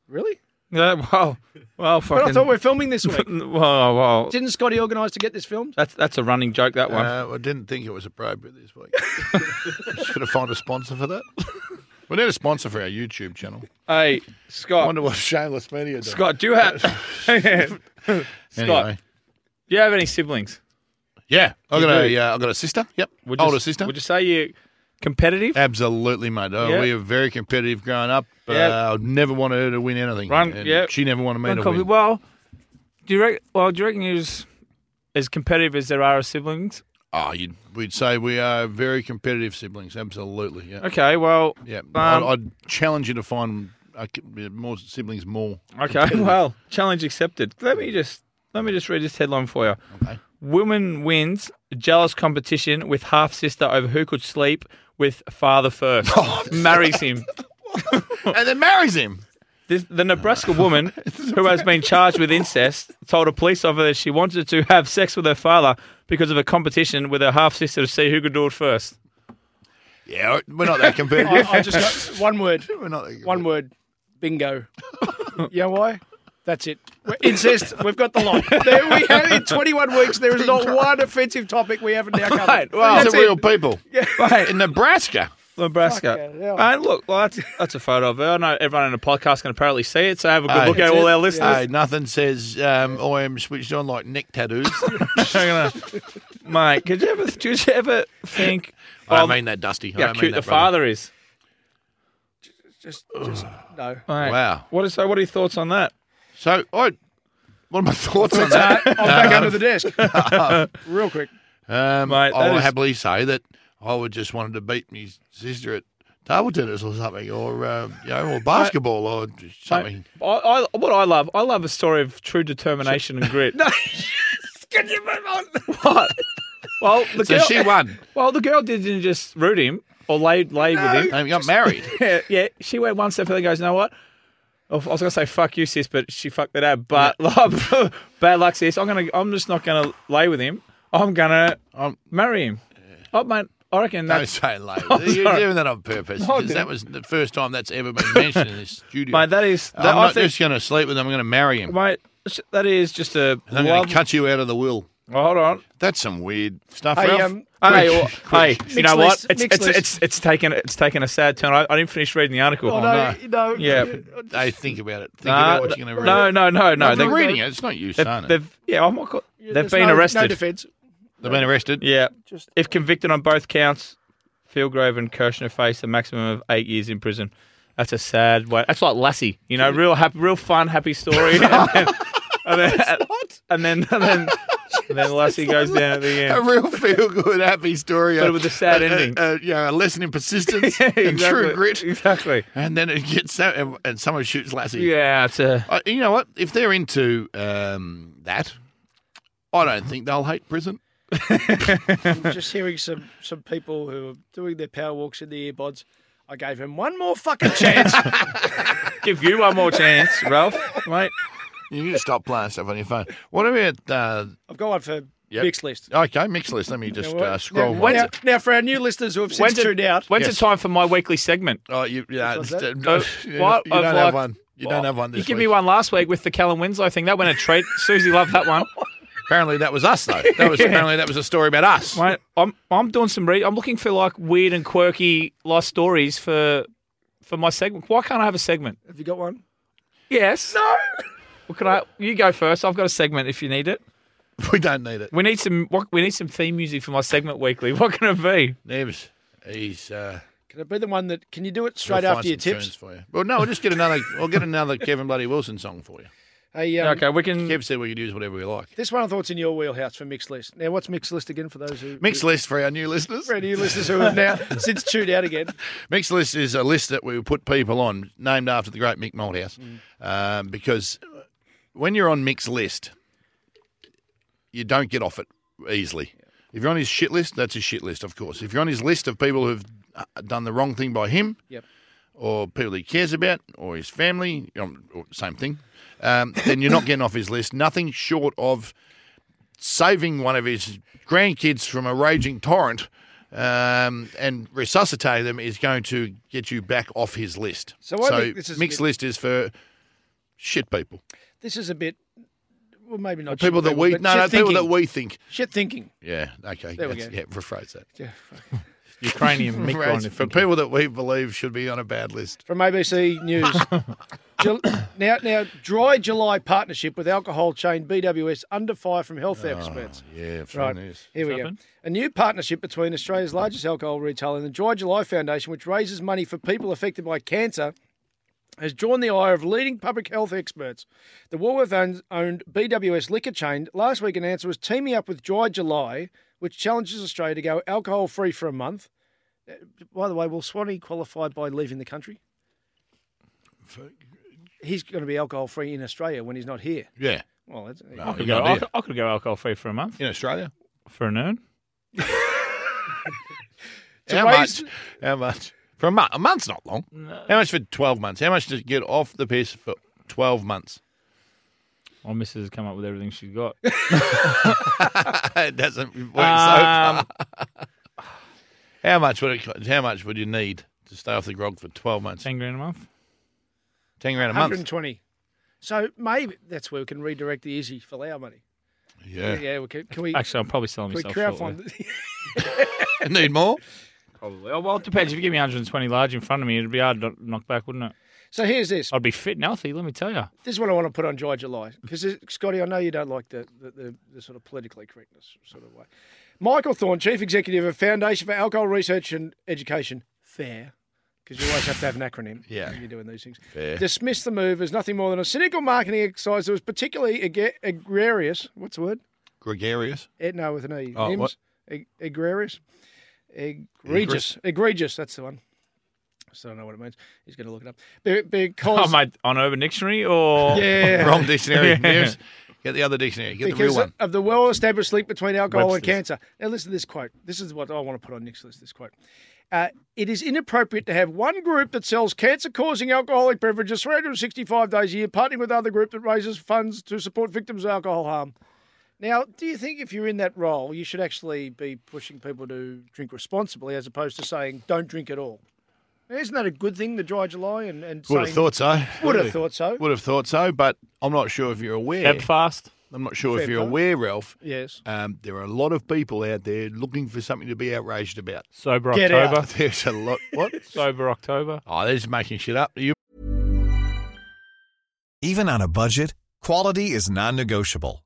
F: Really?
D: Yeah, well, well,
F: But
D: fucking.
F: I thought we were filming this week.
D: well, well,
F: Didn't Scotty organise to get this filmed?
D: that's that's a running joke. That one.
B: Uh, I didn't think it was appropriate this week. Should have found a sponsor for that. We need a sponsor for our YouTube channel.
D: hey,
B: I
D: Scott.
B: wonder what Shameless Media does.
D: Oh. Scott, do you have? Scott,
B: Anyway.
D: do you have any siblings?
B: Yeah, I
D: You
B: got
D: do?
B: a, uh, I got a sister. Yep,
D: Would you-
B: older sister.
D: Would you say you competitive?
B: Absolutely, mate. Oh,
D: Yeah.
B: We were very competitive growing up. But
D: Yeah.
B: uh, I never wanted her to win anything.
D: Run-
B: and
D: yeah.
B: She never wanted me to
D: Uncommon.
B: win.
D: Well, do you reckon? Well, do you reckon you're as, as competitive as there are as siblings?
B: Oh, you'd, we'd say we are very competitive siblings. Absolutely. Yeah.
D: Okay. Well.
B: Yeah. I'd,
D: Um,
B: I'd challenge you to find uh, more siblings more.
D: okay. Well, challenge accepted. Let me just let me just read this headline for you.
B: Okay.
D: Woman wins jealous competition with half sister over who could sleep with father first.
B: Oh,
D: Marries him.
B: and then marries him.
D: This, the Nebraska woman who has been charged with incest told a police officer she wanted to have sex with her father because of a competition with her half sister to see who could do it first.
B: Yeah, we're not that
F: I,
B: competitive.
F: I just got one word.
B: we're not that competitive.
F: One word. Bingo. you know why? That's it. We're incest. We've got the lot. There we have in 21 weeks. There is not one offensive topic we haven't now covered.
D: Right, well,
B: These
D: that's
B: are real people.
D: Right.
B: In Nebraska.
D: Nebraska. And look, well, that's, that's a photo of her. I know everyone in the podcast can apparently see it, so have a good
B: Hey.
D: look at all our
B: Hey,
D: listeners.
B: nothing says um, I am switched on like neck tattoos.
D: Mate, could you ever, did you ever think
B: I don't
D: of
B: mean that, Dusty. I
D: how
B: don't mean
D: cute
B: that,
D: the
B: brother.
D: father is?
F: Just, just no.
D: Mate,
B: Wow.
D: What is, so what are your thoughts on that?
B: So, I, what are my thoughts on
F: Uh,
B: that?
F: I'm back under the desk. Real quick.
B: Um,
D: Oh, Mate,
B: I
D: that
B: will
D: is-
B: happily say that I would just wanted to beat my sister at table tennis or something, or uh, you know, or basketball or just something.
D: I, I, what I love, I love a story of true determination and grit. no,
F: Can you move on?
D: what? Well, the
B: So
D: girl,
B: she won
D: well, the girl didn't just root him or lay lay with him.
B: and we got married.
D: Yeah, yeah, she went one step further and goes, you know what? I was gonna say fuck you, sis, but she fucked it up. But like, bad luck, sis. I'm gonna, I'm just not gonna lay with him. I'm gonna
B: Um,
D: marry him. Oh, mate, I reckon
B: No,
D: that's
B: say later.
D: I'm
B: You're
D: sorry.
B: doing that on purpose.
D: I
B: 'cause that
D: didn't.
B: was the first time that's ever been mentioned in this studio.
D: mate. That is, that,
B: I'm
D: I
B: not
D: think,
B: just going to sleep with him. I'm going to marry him.
D: mate, sh- that is just a
B: And I'm going
D: love.
B: to cut you out of the will.
D: Oh, hold on.
B: That's some weird stuff,
F: Hey,
B: Ralph.
F: um,
D: Hey, well, hey, you know what?
F: list,
D: It's
F: mixed
D: it's,
F: list.
D: it's it's taken it's taken a sad turn. I, I didn't finish reading the article.
F: Oh, no, no.
D: Yeah.
B: Hey, think about it. Think
D: Nah,
B: about what you're going to read.
D: no, no, no, no.
B: They're
D: They-
B: reading it. It's not you saying
D: They've,
B: it.
D: they've yeah, oh my God. they've
F: There's
D: been
F: no-
D: arrested.
F: No defence.
B: They've been arrested.
D: Yeah.
B: uh,
D: if convicted on both counts, Fieldgrove and Kirshner face a maximum of eight years in prison. That's a sad way. That's like Lassie, you know, real happy, real fun, happy story. and then, and then, and then, and then, and then Lassie goes down at the
B: a
D: end.
B: real feel good, happy story.
D: But with a sad ending.
B: Uh, you know, a lesson in persistence and
D: Exactly,
B: true grit.
D: Exactly.
B: And then it gets so, and, and someone shoots Lassie.
D: Yeah, it's a.
B: Uh, you know what? If they're into um, that, I don't think they'll hate prison.
F: I'm just hearing some some people who are doing their power walks in the earbuds.
D: I gave him one more fucking chance.
F: Give you one more chance, Ralph, mate.
B: You need to stop playing stuff on your phone. What about uh,
D: I've got one for
B: Yep.
D: Nick's list.
B: okay mix list? Let me just
D: Now,
B: uh, scroll.
D: now,
B: one.
D: now, now for our new listeners who have since
F: it-
D: tuned out,
F: when's
B: Yes.
F: the time for my weekly segment?
B: Oh, you, yeah,
D: What's
B: it's-
D: that? Oh,
B: uh,
F: So,
B: you
F: what
B: don't
F: I've
B: have
F: liked-
B: one. You don't have one this
F: You give
B: week.
F: me one last week with the Callum Winslow thing. That went a treat. Susie loved that one.
B: Apparently that was us though. That was apparently that was a story about us.
F: Mate, I'm I'm doing some re- I'm looking for like weird and quirky life stories for for my segment. Why can't I have a segment?
D: have you got one?
F: Yes. No. Well, can I? You go first. I've got a segment if you need it.
B: We don't need it.
F: We need some. What, we need some theme music for my segment weekly. What can it be?
B: Nebs, he's uh,
D: Can it be the one that? Can you do
B: we'll
D: it straight
B: find
D: after your
B: some
D: tips?
B: tunes for you. Well, no, we'll just get another. I'll get another Kevin Bloody Wilson song for you.
D: Hey, um,
F: okay, we can.
B: Kev said we could use whatever we like.
D: This one I thought's in your wheelhouse for mixed list. Now, what's mixed list again for those who
B: Mixed list for our new listeners.
D: For any listeners who have now since tuned out again?
B: Mixed list is a list that we put people on, named after the great Mick Malthouse,
D: Mm.
B: um, because when you're on mixed list, you don't get off it easily. If you're on his shit list, that's his shit list, of course. If you're on his list of people who've uh, done the wrong thing by him,
D: Yep.
B: or people he cares about, or his family, um, or same thing, um, then you're not getting off his list. Nothing short of saving one of his grandkids from a raging torrent um, and resuscitating them is going to get you back off his list.
D: So I think this is a
B: mixed
D: bit-
B: list is for shit people,
D: This is a bit, well, maybe not
B: people
D: shit
B: that we
D: but
B: no,
D: shit
B: no people
D: thinking.
B: that we think.
D: shit thinking.
B: Yeah, okay,
D: There we
B: that's-
D: go.
B: yeah, rephrase that.
H: Ukrainian mic grind
B: Rephrase
H: if
B: for
H: you can.
B: people that we believe should be on a bad list.
D: From ABC News. Jul- now, now, Dry July partnership with alcohol chain BWS under fire from health experts.
B: Yeah, I've seen
D: Right.
B: this.
D: Here we go. A new partnership between Australia's largest alcohol retailer and the Dry July Foundation, which raises money for people affected by cancer, has drawn the ire of leading public health experts. The Woolworth owned- owned BWS liquor chain last week announced it was teaming up with Dry July, which challenges Australia to go alcohol free for a month. Uh, By the way, will Swanee qualify by leaving the country? He's going to be alcohol free in Australia when he's not here.
B: Yeah,
D: Well, that's,
F: I could, go,
B: You got an
F: I,
B: idea.
F: could, I could go alcohol free for a month
B: in Australia.
F: for an earn.
B: How
D: raise-
B: much? How much? For a month? A month's not long. How much for 12 months? How much does it get off the piss for 12 months?
F: My missus has come up with everything she's got.
B: it doesn't work
D: Uh,
B: so far.
F: Um,
B: How much would it? co- How much would you need to stay off the grog for 12 months?
F: Ten grand a month.
B: 10 grand a month.
D: 120. So maybe that's where we can redirect the Izzy for our money. Yeah,
B: Yeah.
D: we can, can we?
F: Actually, I'm probably selling
D: can we
F: myself. shortly.
D: crowdfund?
B: Need more?
F: Probably. Oh, well, it depends. If you give me 120 large in front of me, it'd be hard to knock back, wouldn't it?
D: so here's this.
F: I'd be fit and healthy. Let me tell you.
D: This is what I want to put on Dry July because Scotty, I know you don't like the, the, the, the sort of politically correctness sort of way. Michael Thorne, chief executive of Foundation for Alcohol Research and Education, Fair, because E. you always have to have an acronym.
B: Yeah.
D: when you're doing these things.
B: Fair.
D: Dismissed the move as nothing more than a cynical marketing exercise that was particularly ag- agrarious. What's the word?
B: Gregarious.
D: Eh, no, with an E.
B: Oh,
D: Nims?
B: what?
D: Eg- Egregious. Egregious. Egregious. That's the one. I still don't know what it means. He's going to look it up. Be-
F: Oh,
D: because.
F: mate, on Urban Dictionary or
D: Yeah.
B: Wrong dictionary.
F: Yeah.
B: News. Get the other dictionary. Get the real
D: Because uh,
B: one.
D: of the well established link between alcohol and
F: Webster's.
D: cancer. Now, listen to this quote. This is what I want to put on Nick's list this quote. Uh, it is inappropriate to have one group that sells cancer causing alcoholic beverages 365 days a year partnering with other group that raises funds to support victims of alcohol harm. Now, do you think if you're in that role, you should actually be pushing people to drink responsibly as opposed to saying don't drink at all? Isn't that a good thing, the dry July? And, and
B: Would have
D: saying-
B: thought so.
D: Would have thought so.
B: Would have thought so, but I'm not sure if you're aware.
F: Feb fast.
B: I'm not sure if
D: Feb
B: you're
D: fast.
B: aware, Ralph.
D: Yes.
B: Um, there are a lot of people out there looking for something to be outraged about.
F: Sober
D: Get out.
F: October.
B: There's a lot. What?
F: Sober October.
B: oh, they're just making shit up. You
I: Even on a budget, quality is non-negotiable.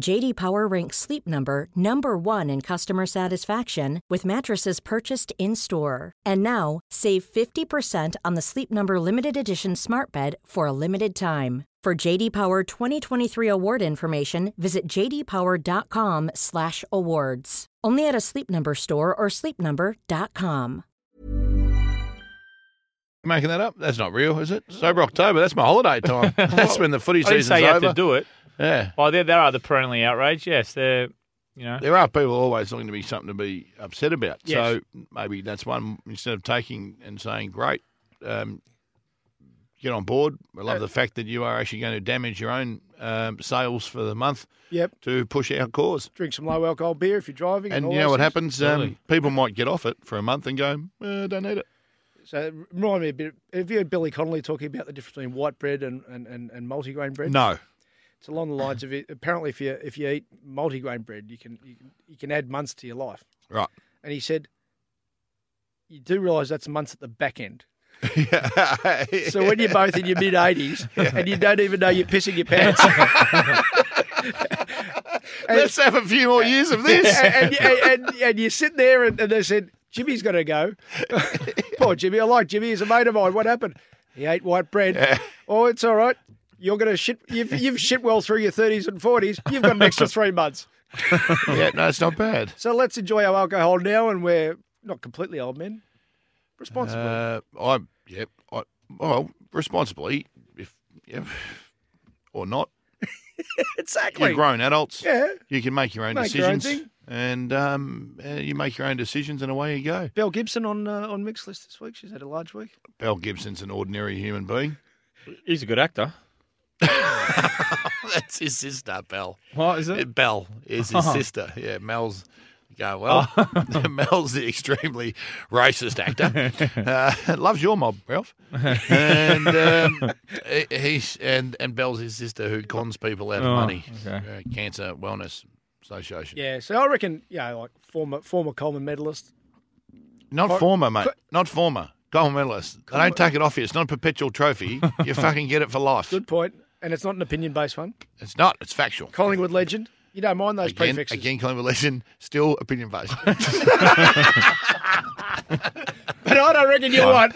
J: JD Power ranks Sleep Number number 1 in customer satisfaction with mattresses purchased in-store. And now, save 50% on the Sleep Number limited edition smart bed for a limited time. For JD Power 2023 award information, visit jdpower.com/awards. Only at a Sleep Number store or sleepnumber.com.
B: Making that up? That's not real, is it? Sober October. That's my holiday time. That's when the footy
D: I didn't
B: season's
D: say you
B: over.
D: have to do it.
B: Yeah.
D: Well, there, there are the perennially outraged. Yes, they're, you know.
B: There are people always looking to be something to be upset about.
D: Yes.
B: So maybe that's one instead of taking and saying, "Great, um, get on board." I
D: Uh,
B: love the fact that you are actually going to damage your own um, sales for the month.
F: Yep.
B: To push our cause.
F: Drink some low alcohol beer if you're driving.
B: And
F: all
B: you know
F: those
B: what
F: things.
B: happens? Um, people might get off it for a month and go, eh, "Don't need it."
F: So it remind me a bit. Have you heard Billy Connolly talking about the difference between white bread and, and, and, and multigrain bread?
B: No.
F: It's along the lines of it. Apparently, if you if you eat multigrain bread, you can you can, you can add months to your life.
B: Right.
F: And he said, you do realise that's months at the back end. so when you're both in your mid 80s and you don't even know you're pissing your pants.
B: Let's have a few more years of this.
F: And, and, and, and you sit there and, and they said, Jimmy's got to go. Poor Jimmy. I like Jimmy. He's a mate of mine. What happened? He ate white bread. Oh, it's all right. You're going to shit. You've, you've shit well through your 30s and 40s. You've got an extra three months.
B: yeah, no, it's not bad.
F: So let's enjoy our alcohol now and we're not completely old men. Responsibly.
B: Uh, I yep. I, well, responsibly, if yeah, or not.
F: exactly.
B: You're grown adults.
F: Yeah.
B: You can make your own
F: Make your own
B: decisions,
F: thing.
B: and um, uh, you make your own decisions, and away you go.
F: Belle Gibson on uh, on Mixed List this week. She's had a large week.
B: Bell Gibson's an ordinary human being.
D: He's a good actor.
B: That's his sister, Bell.
D: What Oh, is it? Uh-huh.
B: Bell Uh, is his sister. Yeah, Mel's. Go well.
D: Oh.
B: Mel's the extremely racist actor. Uh, loves your mob, Ralph. And um, he- he's and and Bell's his sister who cons people out of
D: Oh,
B: money.
D: okay.
B: Uh, Cancer Wellness Association.
F: Yeah, so I reckon, yeah, like former former Coleman medalist.
B: Not
F: Cor-
B: former, mate. Not former. Gold medalist. They don't take it off you. It's not a perpetual trophy. You fucking get it for life.
F: Good point. And it's not an opinion based one.
B: It's not. It's factual.
F: Collingwood legend. You don't mind those
B: Again,
F: prefixes.
B: again, Colin Legend, still opinion based.
F: But I don't reckon you're right.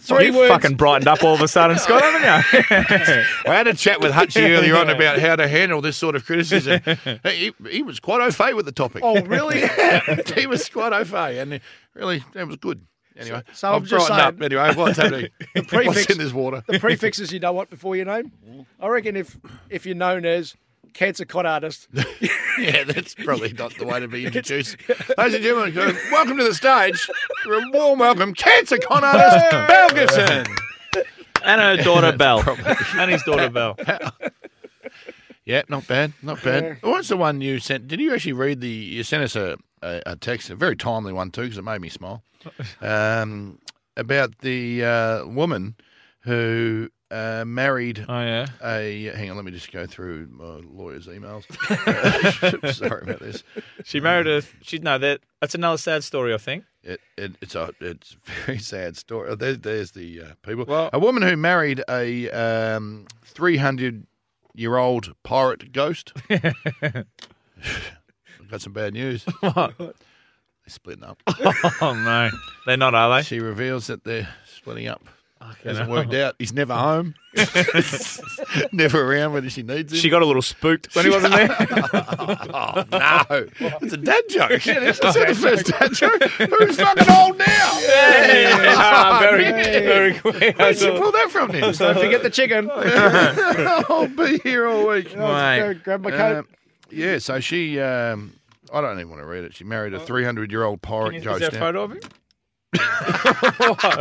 F: Three
D: you
F: words.
D: fucking brightened up all of a sudden, Scott, haven't you?
B: I had a chat with Hutchie earlier on about how to handle this sort of criticism. He, he was quite au fait with the topic.
F: Oh, really?
B: he was quite au fait, and it really, that was good. Anyway,
F: So- so I'm
B: I've
F: just
B: brightened up.
F: saying-
B: Anyway, what's happening?
F: The prefix-
B: what's in this water?
F: the prefixes you know what before your name. I reckon if if you're known as cancer con artist,
B: yeah, that's probably not the way to be introduced. Ladies and gentlemen, welcome to the stage. A warm welcome, cancer con artist, Bell Gibson.
D: and her daughter, Belle. and his daughter, Belle.
B: Yeah, not bad, not bad. What's the one you sent? Did you actually read the? You sent us a, a, a text, a very timely one too, because it made me smile. Um, about the uh, woman who uh, married
D: Oh, yeah.
B: a. Hang on, let me just go through my lawyer's emails. Sorry about this.
D: She married a. She, no, that, that's another sad story, I think.
B: It, it, it's a it's a very sad story. Oh, There, there's the uh, people.
D: Well-
B: a woman who married a um, 300 year old pirate ghost. I've got some bad news. They're splitting up.
D: Oh, no. They're not, are they?
B: She reveals that they're splitting up. Hasn't worked out. He's never home. never around when she needs him.
D: She got a little spooked when he wasn't there.
B: oh no, it's a dad joke. Is that the first dad joke? Who's fucking old now?
D: Ah, very, very quick.
B: Where'd you pull that from? Him?
F: don't forget the chicken.
B: I'll be here all week.
F: Go grab my coat.
B: Um, yeah, so she. Um, I don't even want to read it. She married a 300 year old pirate
D: Is
B: ghost.
D: there a
B: now.
D: photo of him?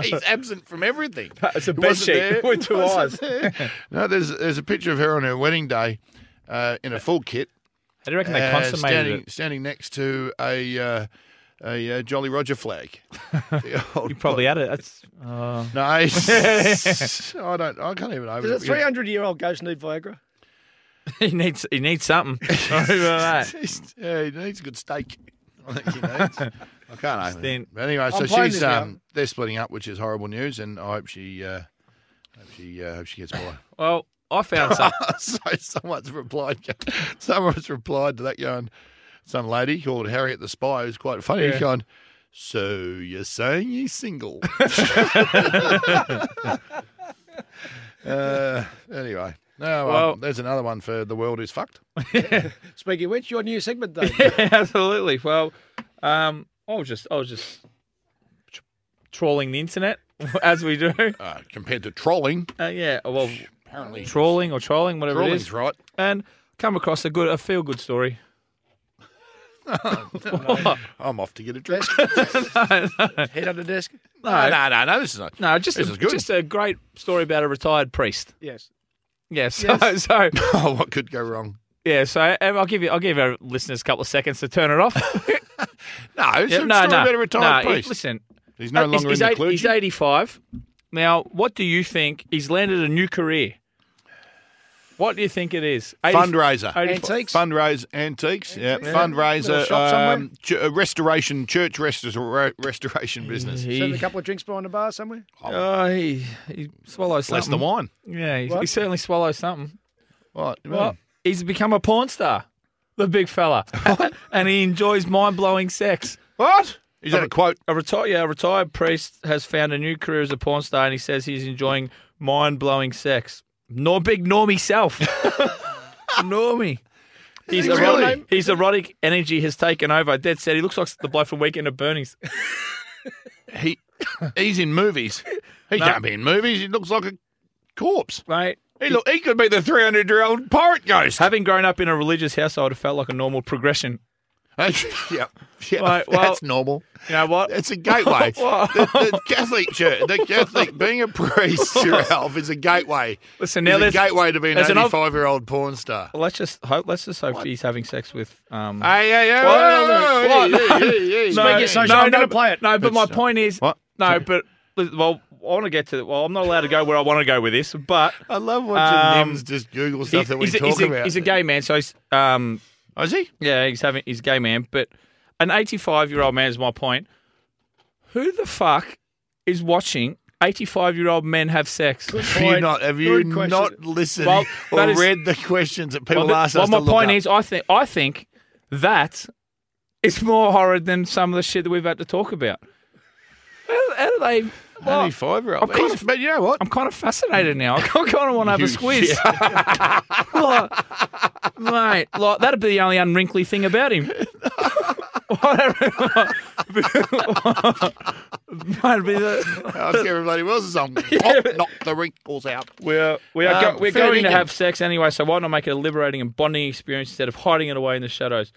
B: He's absent from everything.
D: It's a
B: He
D: bed
B: wasn't
D: sheet
B: there.
D: with two
B: He
D: eyes.
B: wasn't there. No, there's there's a picture of her on her wedding day uh, in a full kit,
D: How do you reckon they
B: uh,
D: consummated
B: standing,
D: it?
B: standing next to a uh, a uh, Jolly Roger flag. The old-
D: You probably had it. That's. Uh,
B: no, I don't. I can't even open
F: Does
B: it.
F: a 300 year old ghost need Viagra?
D: he needs. He needs something. Right about that.
B: yeah, he needs a good steak. I think he needs. I can't open
D: Stin.
B: it. But anyway, so
D: I'm playing
B: she's
D: this now.
B: um, they're splitting up, which is horrible news, and I hope she uh, hope she uh, hope she gets by.
D: Well, I found some.
B: so someone's replied. Someone's replied to that going. Some lady called Harriet the Spy who's quite funny.
D: Yeah.
B: Going. So you're saying you're single? uh, anyway, no. Well,
D: Well-
B: there's another one for the world is fucked.
F: Speaking of which, your new segment, Dave.
D: Yeah, absolutely. Well, um, I was just I was just tr- trawling the internet as we do.
B: Uh, compared to trolling,
D: uh, yeah. Well,
B: apparently
D: trawling or trolling, whatever it
B: Trolling's
D: is,
B: right.
D: and come across a good a feel good story.
B: I'm off to get a dress.
F: Head under desk.
B: no, no, no, no. This is not.
D: No, Uh, just
B: This
D: a,
B: is good.
D: just a great story about a retired priest.
F: Yes.
D: Yeah, so, so
B: Oh, what could go wrong?
D: yeah, so um, I'll give you I'll give our listeners a couple of seconds to turn it off.
B: No, it's
D: Yeah,
B: a story about a retired
D: no, it-
B: priest.
D: Listen,
B: he's no
D: Uh,
B: longer
D: he's,
B: in the
D: eight-
B: clergy.
D: He's 85. Now, what do you think? He's landed a new career. What do you think it is? 80
B: Fundraiser.
D: 85
F: Antiques.
B: Fundraise antiques, yeah,
F: Little
B: fundraiser,
F: shop somewhere.
B: um, ch- uh, restoration, church restor- restoration business.
F: Send a
D: He,
F: couple of drinks behind the bar somewhere.
D: oh, he, he swallows
B: Bless
D: something.
B: the wine.
D: Yeah, he, he
F: What?
D: certainly swallows something.
B: Right, you
D: Well,
B: mean?
D: he's become a porn star, the big fella, and he enjoys mind blowing sex.
B: What? Is that a quote?
D: A retired, yeah, a retired priest has found a new career as a porn star, and he says he's enjoying mind-blowing sex. Nor big normie self, normie. His
B: Really?
D: erotic, his erotic energy has taken over. Dead said he looks like the bloke from Weekend at Bernie's.
B: He he's in movies. He can't be in movies. He looks like a corpse.
D: Mate,
B: He look. He could be the three hundred year old pirate ghost.
D: having grown up in a religious household, it felt like a normal progression.
B: yeah, yeah.
D: Right, well-
B: that's normal.
D: You know what?
B: It's a gateway.
D: What?
B: the, the Catholic Church, the Catholic, being a priest, Ralph, is a gateway.
D: Listen,
B: Is
D: now
B: a
D: there's-
B: gateway to be an
D: there's an op-
B: eighty-five-year-old porn star.
D: let's just hope. Let's just hope he's having sex with. Um,
B: Hey, hey, hey,
D: What?
B: hey, hey, hey, hey, hey,
D: No,
B: hey.
F: it so- social, I'm gonna
D: but-
F: play it.
D: No, but my point is,
B: What?
D: no, but well, I want to get to. Well, I'm not allowed to go where I want to go with this, but
B: I love watching
D: Um,
B: Nims just Google
D: he-
B: stuff
D: he's,
B: that we
D: a,
B: talk
D: he's, a,
B: about.
D: he's a gay man, so he's um,
B: Oh, is he?
D: yeah, he's having he's a gay man, but an 85 year old man is my point. Who the fuck is watching 85 year old men have sex?
B: Have you
F: Point.
B: not, have you
F: Good question.
B: not listened
D: Well,
B: or
D: that is-
B: read the questions that people
D: the-
B: ask us
D: my
B: to look
D: point
B: up?
D: is, I think I think that it's more horrid than some of the shit that we've had to talk about. How, how do they? well,
B: 85 year old.
D: I'm kind of-
B: But you know what?
D: I'm kind of fascinated now. I kind of want to have
B: You-
D: a squeeze. Like, mate, like, that'd be the only unwrinkly thing about him. Whatever. Might be the,
B: I'll give everybody else's song. Knock, knock the wrinkles out.
D: we are, we are
B: Um,
D: go- we're
B: fair
D: going to
B: dinkum.
D: have sex anyway, so why not make it a liberating and bonding experience instead of hiding it away in the shadows?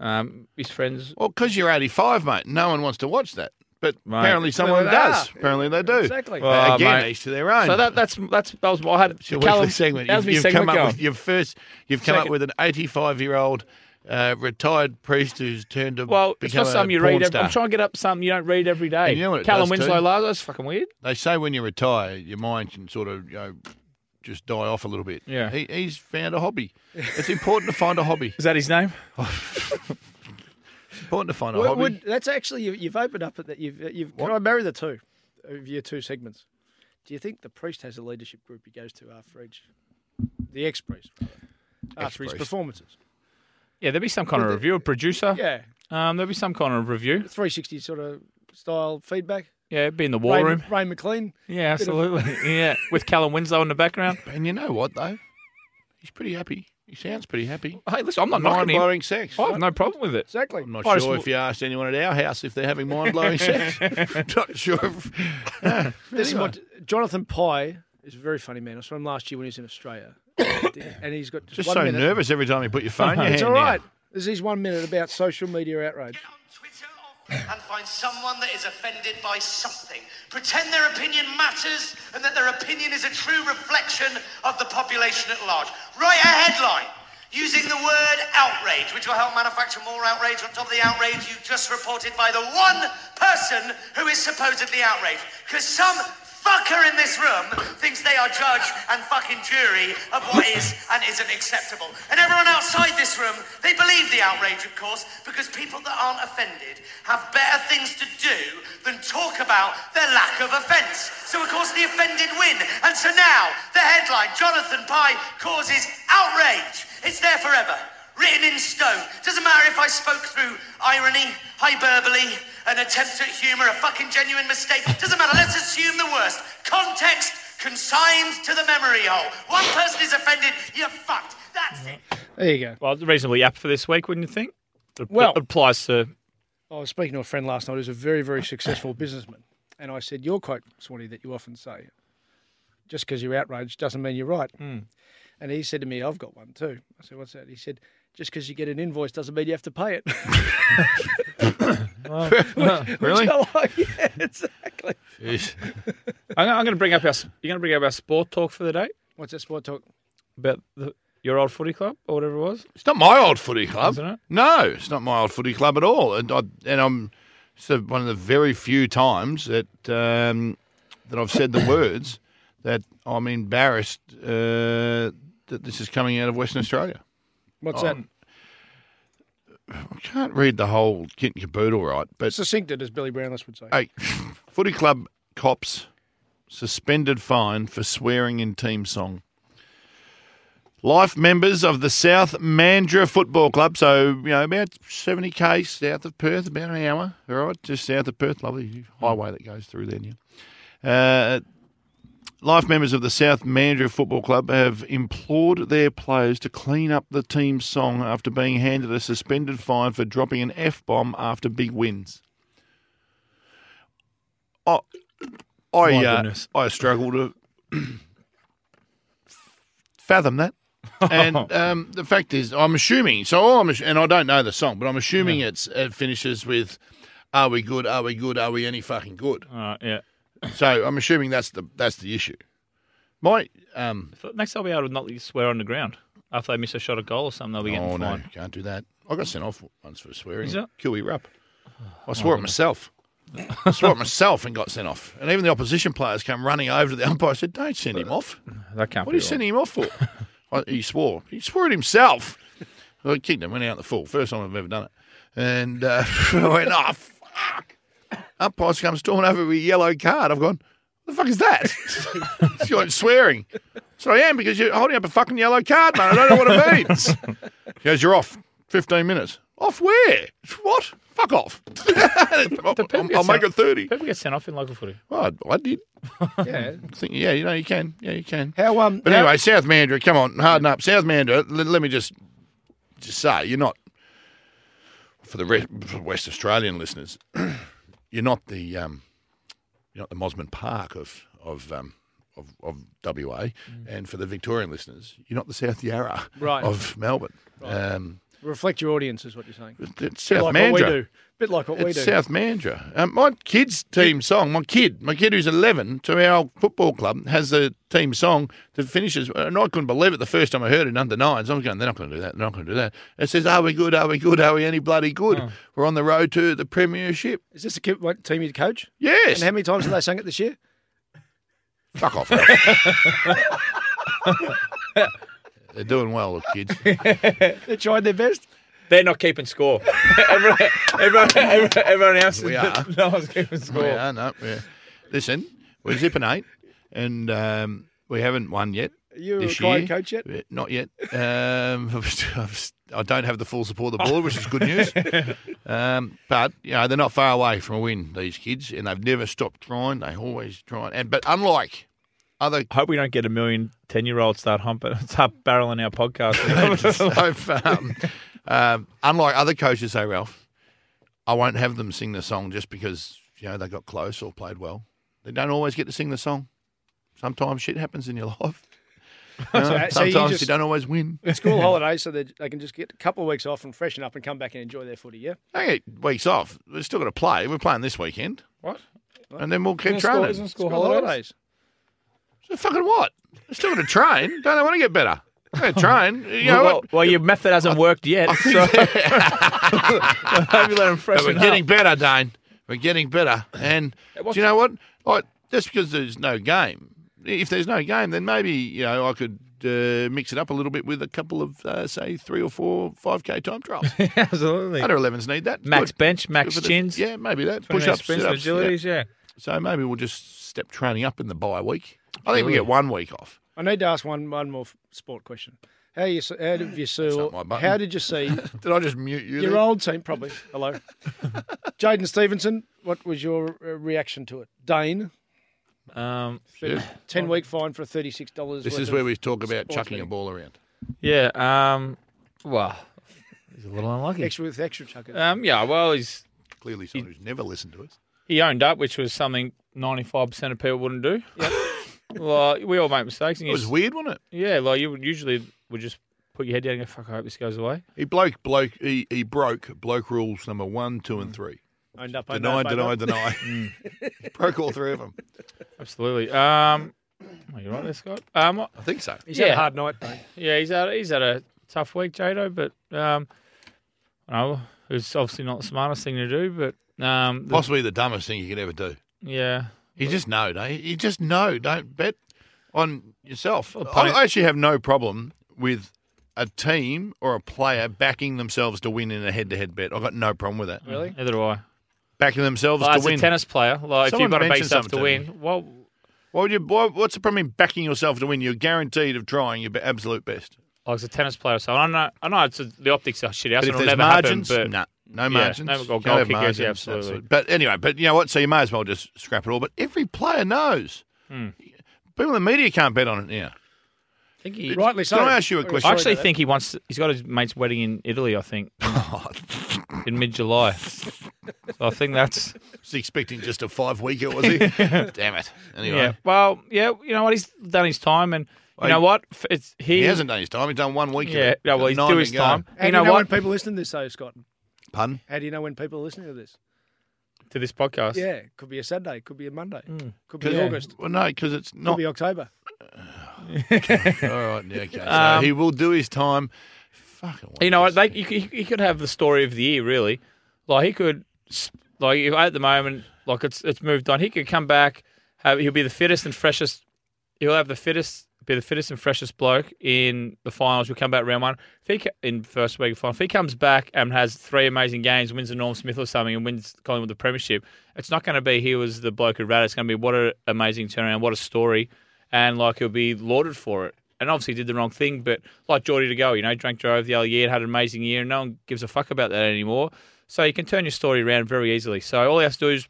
D: Um, his friends.
B: Well, because you're 85, mate, no one wants to watch that. But
D: Right.
B: apparently someone
F: they
B: does.
F: are.
B: Apparently they do.
F: Exactly.
B: Uh,
D: Oh,
B: again,
D: mate.
B: each to their own.
D: So that, that's that's that was I had
B: your
D: Callum-
B: weekly segment.
D: That was
B: You've,
D: me
B: you've
D: segment
B: come up
D: going.
B: with your first. You've come up
D: Second.
B: with an 85 year old uh, retired priest who's turned to
D: well, it's
B: become
D: not something
B: a
D: you
B: porn
D: read. Every,
B: star.
D: I'm trying to get up something you don't read every day.
B: And you know what it
D: Callum
B: does too?
D: Winslow Lazo. That's fucking weird.
B: They say when you retire, your mind can sort of you know just die off a little bit.
D: Yeah.
B: he, he's found a hobby. It's important to find a hobby.
D: Is that his name?
B: It's important to find a
F: Would-
B: hobby.
F: would- that's actually you, you've opened up at that you've you've can I marry the two of your two segments? Do you think the priest has a leadership group he goes to after each the ex priest after his
B: Ex-priest.
F: performances?
D: Yeah, there'd be some kind of review, a producer.
F: Yeah,
D: Um, there'd be some kind of review.
F: three sixty sort of style feedback.
D: Yeah, it'd be in the war
F: Ray,
D: room.
F: Ray McLean.
D: Yeah, absolutely. yeah, with Callum Winslow in the background.
B: And you know what though? He's pretty happy. He sounds pretty happy.
D: Hey, listen, I'm not
B: Mind
D: knocking him.
B: blowing sex.
D: I have no problem with it.
F: Exactly.
B: I'm not
D: I just
B: sure
D: w-
B: if you asked anyone at our house if they're having mind blowing sex. not sure. If, no.
F: This is what Jonathan Pye is a very funny man. I saw him last year when he was in Australia, and he's got just,
B: Just
F: one
B: so
F: minute.
B: nervous every time you put your phone in your hand.
F: It's all
B: now.
F: right. This is one minute about social media outrage.
K: Get on Twitter and find someone that is offended by something. Pretend their opinion matters and that their opinion is a true reflection of the population at large. Write a headline using the word outrage, which will help manufacture more outrage on top of the outrage you've just reported by the one person who is supposedly outraged. Because some fucker in this room thinks they are judge and fucking jury of what is and isn't acceptable. And everyone outside this room, they believe the outrage, of course, because people that aren't offended have better things to do than talk about their lack of offence. So, of course, the offended win. And so now, the headline Jonathan Pye causes outrage. It's there forever written in stone. Doesn't matter if I spoke through irony, hyperbole, an attempt at humour, a fucking genuine mistake. Doesn't matter. Let's assume the worst. Context consigned to the memory hole. One person is offended, you're fucked. That's it.
F: There you go.
D: Well, reasonably apt for this week, wouldn't you think? It
F: Well-
D: applies to.
F: I was speaking to a friend last night who's a very, very successful businessman. And I said, Your quote, Swanee, that you often say, just because you're outraged doesn't mean you're right.
D: Hmm.
F: And he said to me, I've got one too. I said, What's that? He said, Just because you get an invoice doesn't mean you have to pay it. Which-
D: Really?
F: which I like. Yeah, exactly.
D: I'm, I'm going to bring up our. s- You're going to bring up our sport talk for the day
F: What's that sport talk?
D: about the, your old footy club or whatever it was.
B: It's not my old footy club.
D: Isn't it?
B: No, it's not my old footy club at all. And, I, and I'm it's the- one of the very few times that um, that I've said the words that I'm embarrassed uh, that this is coming out of Western Australia.
F: What's
B: Oh,
F: that?
B: I can't read the whole kit and caboodle right, but
F: Succinct it, as Billy Brownless would say.
B: hey, footy club cops suspended fine for swearing in team song. Life members of the South Mandurah Football Club, so you know about seventy k south of Perth, about an hour, all right, just south of Perth, lovely highway that goes through there. Yeah. Uh, life members of the South Mandurah Football Club have implored their players to clean up the team's song after being handed a suspended fine for dropping an f bomb after big wins. I, I,
D: My
B: uh,
D: goodness.
B: I struggle to fathom that. And um, the fact is, I'm assuming. So all I'm, ass- and I don't know the song, but I'm assuming it's it finishes with, "Are we good? Are we good? Are we any fucking good?"
D: All right, yeah.
B: So I'm assuming that's the that's the issue. My um,
D: But next I'll be able to not let you swear on the ground after they miss a shot of goal or something. They'll be getting
B: oh no,
D: fined.
B: can't do that. I got sent off once for swearing.
D: Is it? Oh,
B: Kiwi rap. I swore it myself. I swore it myself and got sent off. And even the opposition players came running over to the umpire. I said, "Don't send him off.
D: That can't
B: What are
D: be
B: you
D: right.
B: sending him off for?" I, he swore. He swore it himself. Well, I kicked him. Went out the full. First time I've ever done it. And uh, I went, "Oh fuck!" Umpire's come storming over with a yellow card. I've gone. The fuck is that? You're swearing. So I am because you're holding up a fucking yellow card, man. I don't know what it means. She goes, You're off. 15 minutes. Off where? What? Fuck off. I'll, I'll- I'll make it 30.
D: People get sent off in local footy.
B: Well, I, I did.
F: yeah.
B: Think, yeah, you know, you can. Yeah, you can.
F: How, um,
B: But
F: how-
B: anyway, South Mandurah, come on, harden up. South Mandurah, let, let me just just say, you're not, for the re- for West Australian listeners, you're not the um, you're not the Mosman Park of of um, of, of WA, and for the Victorian listeners, you're not the South Yarra
F: Mm. Right.
B: of Melbourne. Um,
F: Reflect your audience, is what you're saying.
B: it's South
F: like
B: Mandurah.
F: what we do. Bit like what we
B: It's
F: do.
B: South Mandra. Um, my kid's team song, my kid, my kid who's 11 to our football club, has a team song that finishes, and I couldn't believe it the first time I heard it in under nines. I was going, they're not going to do that, they're not going to do that. It says, Are we good? Are we good? Are we any bloody good? We're on the road to the Premiership.
F: Oh. Is this a kid, what, team you'd coach?
B: Yes.
F: And how many times have they sung it this year?
B: Fuck off. Al. they're doing well, the kids.
F: They tried their best.
D: They're not keeping score. everyone, everyone, everyone, everyone else
B: We
D: is.
B: are.
D: No one's keeping score.
B: We are, no, yeah. Listen, we're zipping eight, and um, we haven't won yet.
F: You a
B: this
F: guy
B: year.
F: coach yet?
B: Uh, Not yet. Um, I'm st- I'm st- I don't have the full support of the board, which is good news. Um, but you know they're not far away from a win. These kids, and they've never stopped trying. They always try. And but unlike other
D: I hope we don't get a million ten-year-olds start humping, start barreling our podcast.
B: so um, um, unlike other coaches, though, Ralph, I won't have them sing the song just because you know they got close or played well. They don't always get to sing the song. Sometimes shit happens in your life. You
F: So-
B: know,
F: so you
B: sometimes you,
F: just-
B: don't always win.
F: School holidays, so that they can just get a couple of weeks off and freshen up and come back and enjoy their footy, yeah?
B: Okay, weeks off. We're still going to play. We're playing this weekend,
D: what?
B: and then we'll keep
D: Isn't
B: training.
D: school, isn't school holidays?
B: So fucking what? They're still going to train. Don't they want to get better? They're going to train. You know
D: well,
B: what?
D: well, your method hasn't worked yet. So hope you let them
B: But
D: freshen
B: we're getting
D: up.
B: better, Dane. We're getting better. And do
D: what's-
B: you know what? I, just because there's no game. If there's no game, then maybe you know I could uh, mix it up a little bit with a couple of uh, say three or four five k time trials.
G: Absolutely.
B: Under 11s need that.
D: Max
B: Good.
D: bench, max
B: Good for the-
D: chins.
B: Yeah, maybe that.
D: 20
B: Push ups,
D: sprints, agilities, yeah.
B: So maybe we'll just step training up in the bye week. I think we get one week off.
F: I need to ask one one more f- sport question. How you s- how did you see? How did you see?
B: did I just mute you?
F: Your
B: there?
F: old team, probably. Hello, Jaden Stevenson. What was your uh, reaction to it, Dane?
D: Um,
F: Ten week fine for thirty six dollars.
B: This is where we talk about chucking a ball around.
D: Yeah. Um, well, he's a little unlucky.
F: Extra with extra chucking.
D: Um, yeah. Well, he's
B: clearly someone who's never listened to us.
D: He owned up, which was something ninety five percent of people wouldn't do. well, we all make mistakes. And
B: It was weird, wasn't it?
D: Yeah. Like you would- usually would just put your head down and go, "Fuck, I hope this goes away."
B: He bloke bloke he, he broke bloke rules number one, two, and three.
F: Owned up, owned
B: Deny,
F: up,
B: deny,
F: owned up.
B: deny. broke all three of them.
D: Absolutely. Um, are you right there, Scott? Um,
B: I think so.
F: He's had a hard night, mate.
D: Yeah, he's had he's had a tough week, Jado. But um, I know it's obviously not the smartest thing to do, but um, the-
B: Possibly the dumbest thing you could ever do.
D: yeah.
B: You just know, don't you? You just know. Don't bet on yourself. I
D: pony-
B: I actually have no problem with a team or a player backing themselves to win in a head-to-head bet. I've got no problem with that.
D: Really? Neither do I.
B: Backing themselves
D: Well,
B: to
D: as
B: win.
D: a tennis player, like if
B: Someone
D: you've got to bait
B: mentioned
D: yourself to
B: something
D: win,
B: me.
D: well,
B: Why would you? Why, what's the problem in backing yourself to win? You're guaranteed of trying your be- absolute best.
D: like as a tennis player, so I know, I know it's the optics are shit. out,
B: But if
D: so it'll
B: there's
D: never
B: margins,
D: happen, but
B: nah, no
D: yeah,
B: margins.
D: no goal,
B: Can't
D: goal
B: have
D: kickers,
B: margins,
D: yeah,
B: that's
D: absolutely.
B: it. But anyway, but you know what? So you may as well just scrap it all. But every player knows.
D: Hmm.
B: People in the media can't bet on it now.
D: think
B: he- Rightly so. Can I ask you a Sorry question?
D: I actually
B: about that.
D: think he wants. He's got his mate's wedding in Italy, I think, in mid July. I think that's.
B: He's expecting just a five weeker, was he? Damn it. Anyway.
D: Yeah. Well, yeah. You know what? He's done his time, and you know what? F- It's he,
B: He hasn't done his time. He's done one week. of
D: Yeah,
B: it.
D: yeah, well,
B: Got
D: he's
B: nine
D: do
B: to
D: his
B: go.
D: time.
F: How do you know, when people listen to this, though, Scott?
B: Pun.
F: How do you know when people are listening to this?
D: to this podcast. Hmm.
F: Yeah, could be a Saturday, could be a Monday, could be
B: Could-
F: August.
B: Well, no, because it's
F: Could
B: not.
F: be October.
B: All right. Yeah, okay. So
D: Um,
B: he will do his time. Fucking.
D: You know what? They, you, could- he could have the story of the year, really. Like he could, s- like if at the moment, like it's it's moved on. He could come back. Have, he'll be the fittest and freshest. He'll have the fittest, be the fittest and freshest bloke in the finals. He'll come back round one. If he ca- in first week of final, if he comes back and has three amazing games, wins the Norm Smith or something, and wins Collingwood the premiership, it's not going to be he was the bloke who ran. it. It's going to be what an amazing turnaround, what a story, and like he'll be lauded for it and obviously did the wrong thing, but like Geordie to go, you know, drank drove the other year, had an amazing year, and no one gives a fuck about that anymore. So you can turn your story around very easily. So all he has to do is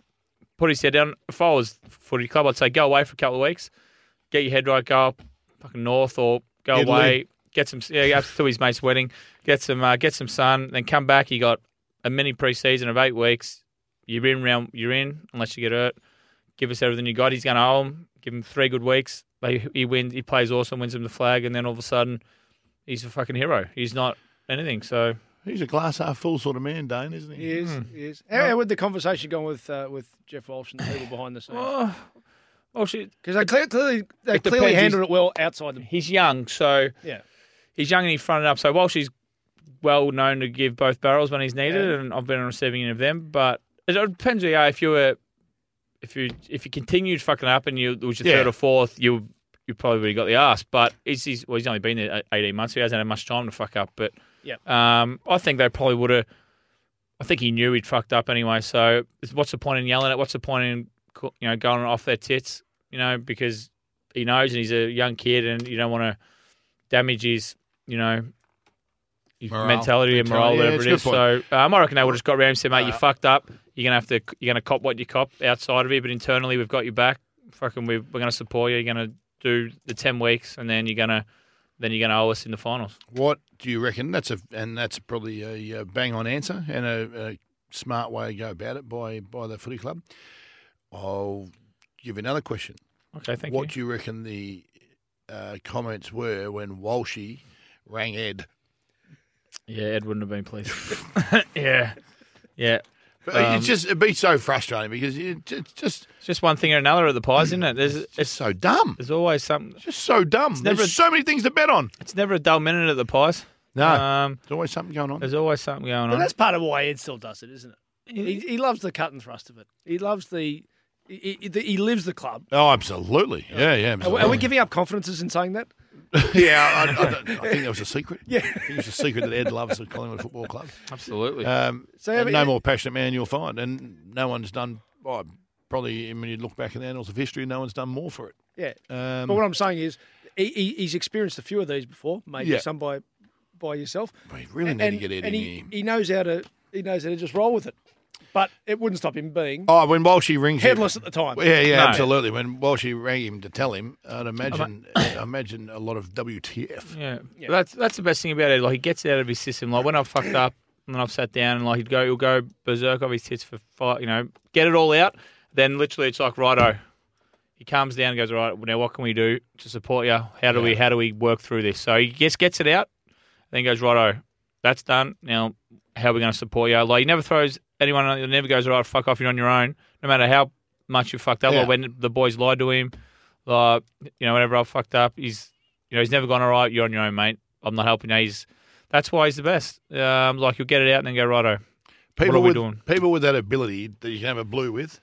D: put his head down. If I was footy club, I'd say go away for a couple of weeks, get your head right, go up fucking north or go
G: Italy.
D: away, get some yeah, up to his mate's wedding, get some uh, get some sun, then come back. You got a mini preseason of eight weeks. You're in round. You're in unless you get hurt. Give us everything you got. He's going to owe him. Give him three good weeks. They, he wins. He plays awesome. Wins him the flag, and then all of a sudden, he's a fucking hero. He's not anything. So
B: He's a glass half full sort of man, Dane, isn't he?
F: He is. He is. How, how would the conversation go with uh, with Jeff Walsh and the people behind the scenes?
D: Oh, shit.
F: Because they clear, clearly they
D: It
F: clearly
D: depends.
F: handled it well outside the.
D: he's young. So
F: Yeah.
D: he's young and he fronted up. So while she's well known to give both barrels when he's needed, and I've been on the receiving end of them, but it depends who you are. If you were, if you if you continued fucking up and you it was your
G: Yeah.
D: third or fourth, you you probably would have got the ass. But he's, he's well, he's only been there eighteen months. So he hasn't had much time to fuck up. But
F: Yeah.
D: um, I think they probably would have. I think he knew he'd fucked up anyway. So it's- what's the point in yelling at? What's the point in co- you know going off their tits? You know because he knows and he's a young kid and you don't want to damage his you know his
G: Morale.
D: mentality and morale
G: Yeah,
D: whatever
G: it's
D: it
G: a
D: is.
G: good point.
D: So um, I reckon they would have just got around and said, mate, you
G: Uh,
D: fucked up. You're gonna have to you're gonna cop what you cop outside of here, but internally we've got you back. Fucking we we're gonna support you. You're gonna do the ten weeks and then you're gonna then you're gonna owe us in the finals.
B: What do you reckon? That's a and that's probably a uh, bang on answer and a, a smart way to go about it by by the footy club. I'll give you another question.
D: Okay, thank
B: what do you reckon the uh, comments were when Walshy rang Ed?
D: Yeah, Ed wouldn't have been pleased. yeah, yeah. Um,
B: But it's just it'd be so frustrating because you- it's just
D: It's just one thing or another at the pies, isn't it? There's, it's,
B: so dumb.
D: There's always something. It's
B: just so dumb. There's so many things to bet on.
D: It's never a dull minute at the pies.
B: No,
D: um,
B: there's always something going on.
D: There's always something going
F: But
D: on.
F: that's part of why Ed still does it, isn't it? He, he loves the cut and thrust of it. He loves the He, he, he lives the club.
B: Oh, absolutely. Yeah, yeah.
F: Are we,
B: Absolutely.
F: are we giving up confidences in saying that?
B: yeah, I, I, I think that was a secret.
F: Yeah.
B: I think it was a secret that Ed loves at Collingwood Football Club.
D: Absolutely.
B: Um,
F: So,
B: and
F: but-
B: no more passionate man you'll find, and no one's done. Well, probably when you look back in the annals of history, no one's done more for it.
F: Yeah.
B: Um,
F: but what I'm saying is, he, he, he's experienced a few of these before, maybe
B: Yeah.
F: some by by yourself.
B: We really need to get Ed
F: and
B: in
F: he,
B: here.
F: He knows how to. He knows how to just roll with it. But it wouldn't stop him being
B: Oh, when Walshy rings him-
F: headless at the time.
B: Yeah, yeah,
F: No.
B: absolutely. When Walshy rang him to tell him, I'd imagine, I imagine uh, a lot of WTF.
D: Yeah. But That's that's the best thing about it. Like he gets it out of his system. Like when I've fucked up and then I've sat down and like he'd go he'll go berserk off his tits for five you know, get it all out. Then literally it's like righto. He calms down and goes, Right, now what can we do to support you? How do we how do we work through this? So he just gets it out, then goes, Righto, that's done. Now how are we gonna support you? Like he never throws anyone on- he never goes, All right, fuck off, you're on your own. No matter how much you fucked up,
B: Yeah.
D: like when the boys lied to him, like uh, you know, whenever I fucked up, he's you know, he's never gone all right. You're on your own, mate. I'm not helping you. He's that's why he's the best. Um, like you'll get it out and then go righto.
B: People
D: what are we
B: with,
D: doing?
B: People with that ability that you can have a blue with,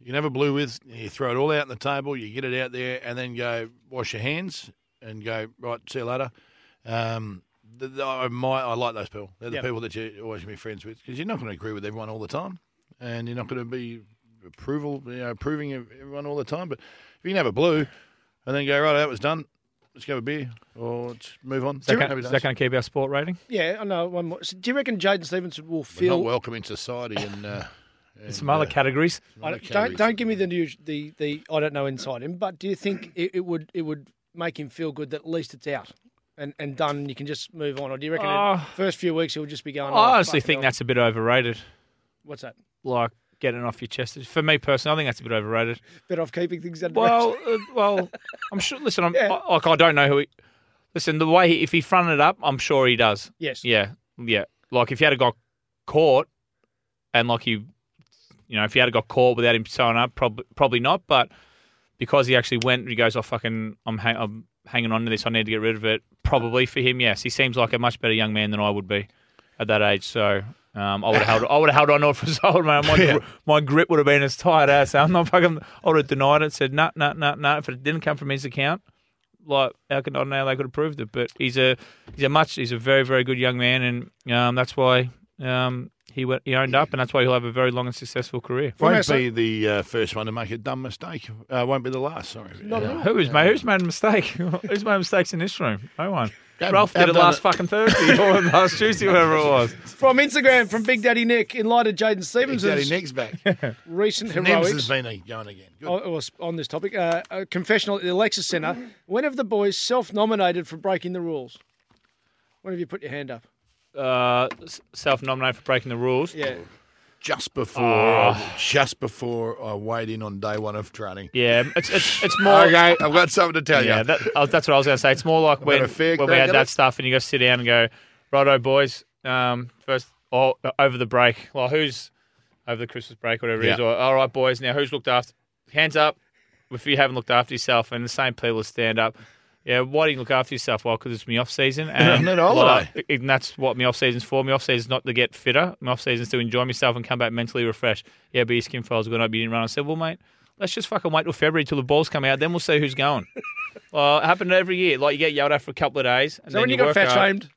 B: you can have a blue with, you throw it all out on the table, you get it out there, and then go wash your hands and go, right, see you later. Um, th th- I, my, I like those people. They're the
L: Yep.
B: people that you always gonna be friends with because you're not going to agree with everyone all the time and you're not going to be approval, you know, approving of everyone all the time. But if you can have a blue and then go, right, that was done, let's go have a beer or let's move on.
D: Is that gonna- is that going to keep our sport rating?
F: Yeah, I know. One more. So do you reckon Jaden Stevenson will
B: We're
F: feel?
B: not welcome in society and. Uh, and,
D: Some other
B: uh,
D: categories.
F: I
B: other
F: don't,
B: categories.
F: don't don't give me the news. The the I don't know inside him. But do you think it, it would it would make him feel good that at least it's out and and done? And you can just move on, or do you reckon in
D: Oh.
F: the first few weeks he'll just be going?
D: I
F: "Oh,
D: honestly
F: fucking
D: think
F: hell."
D: that's a bit overrated.
F: what's that?
D: Like getting it off your chest. For me personally, I think that's a bit overrated.
F: Better off keeping things under
D: Well,
F: wraps.
D: uh, well, I'm sure. Listen, I'm I, like I don't know who. he Listen, the way he, if he fronted it up, I'm sure he does.
F: Yes.
D: Yeah. Yeah. Like if he had have got caught, and like he, you know, if he had have got caught without him showing up, probably probably not. But because he actually went, he goes, "I fucking, I'm, hang, I'm hanging on to this. I need to get rid of it." Probably for him, yes. He seems like a much better young man than I would be at that age. So. Um, I would have held. I would have held on to it for so long. man. My, gri- my grip would have been as tight as. I'm not fucking. I would have denied it. Said no, no, no, no. If it didn't come from his account, like how can I don't know how they could have proved it? But he's a he's a much he's a very very good young man, and um, that's why um, he went, he owned up, and that's why he'll have a very long and successful career.
B: Won't be the uh, first one to make a dumb mistake. Uh, won't be the last. Sorry.
D: Yeah. Who's made who's made a mistake? who's made mistakes in this room? No one.
B: Have-
D: Ralph did
B: have
D: it
B: done
D: last
B: it.
D: fucking Thursday or last Tuesday, whatever it was.
F: From Instagram, from Big Daddy Nick, in light of Jaden Stevenson's
B: Daddy Nick's back.
F: recent
B: Nims
F: heroics.
B: has been a- going again.
F: Oh, it was on this topic, uh, a confessional at the Alexis Centre. When have the boys self-nominated for breaking the rules? When have you put your hand up?
D: Uh, self-nominated for breaking the rules.
F: Yeah.
B: Just before, uh,
D: Oh.
B: just before I weighed in on day one of training.
D: Yeah, it's it's, it's more.
B: Okay, I've got something to tell
D: yeah,
B: you.
D: that, uh, that's what I was going to say. It's more like when,
B: a fair
D: when we
B: crack
D: had
B: at it.
D: that stuff, and you got to sit down and go, righto, boys. Um, first, oh, over the break. Well, who's over the Christmas break, whatever it is?
B: Yeah.
D: Or all right, boys. Now, who's looked after? Hands up if you haven't looked after yourself. And the same people stand up. Yeah, why do you look after yourself? Well, because it's me off season, and,
B: Not a holiday.
D: Well, and that's what my off season's for. My off season's not to get fitter. My off season's to enjoy myself and come back mentally refreshed. Yeah, but your skin files going up. You didn't run. I said, well, mate, let's just fucking wait till February till the balls come out. Then we'll see who's going. well, it happened every year. Like you get yelled at for a couple of days. And
F: So
D: then
F: when you,
D: work
F: got fat
D: hard.
F: shamed,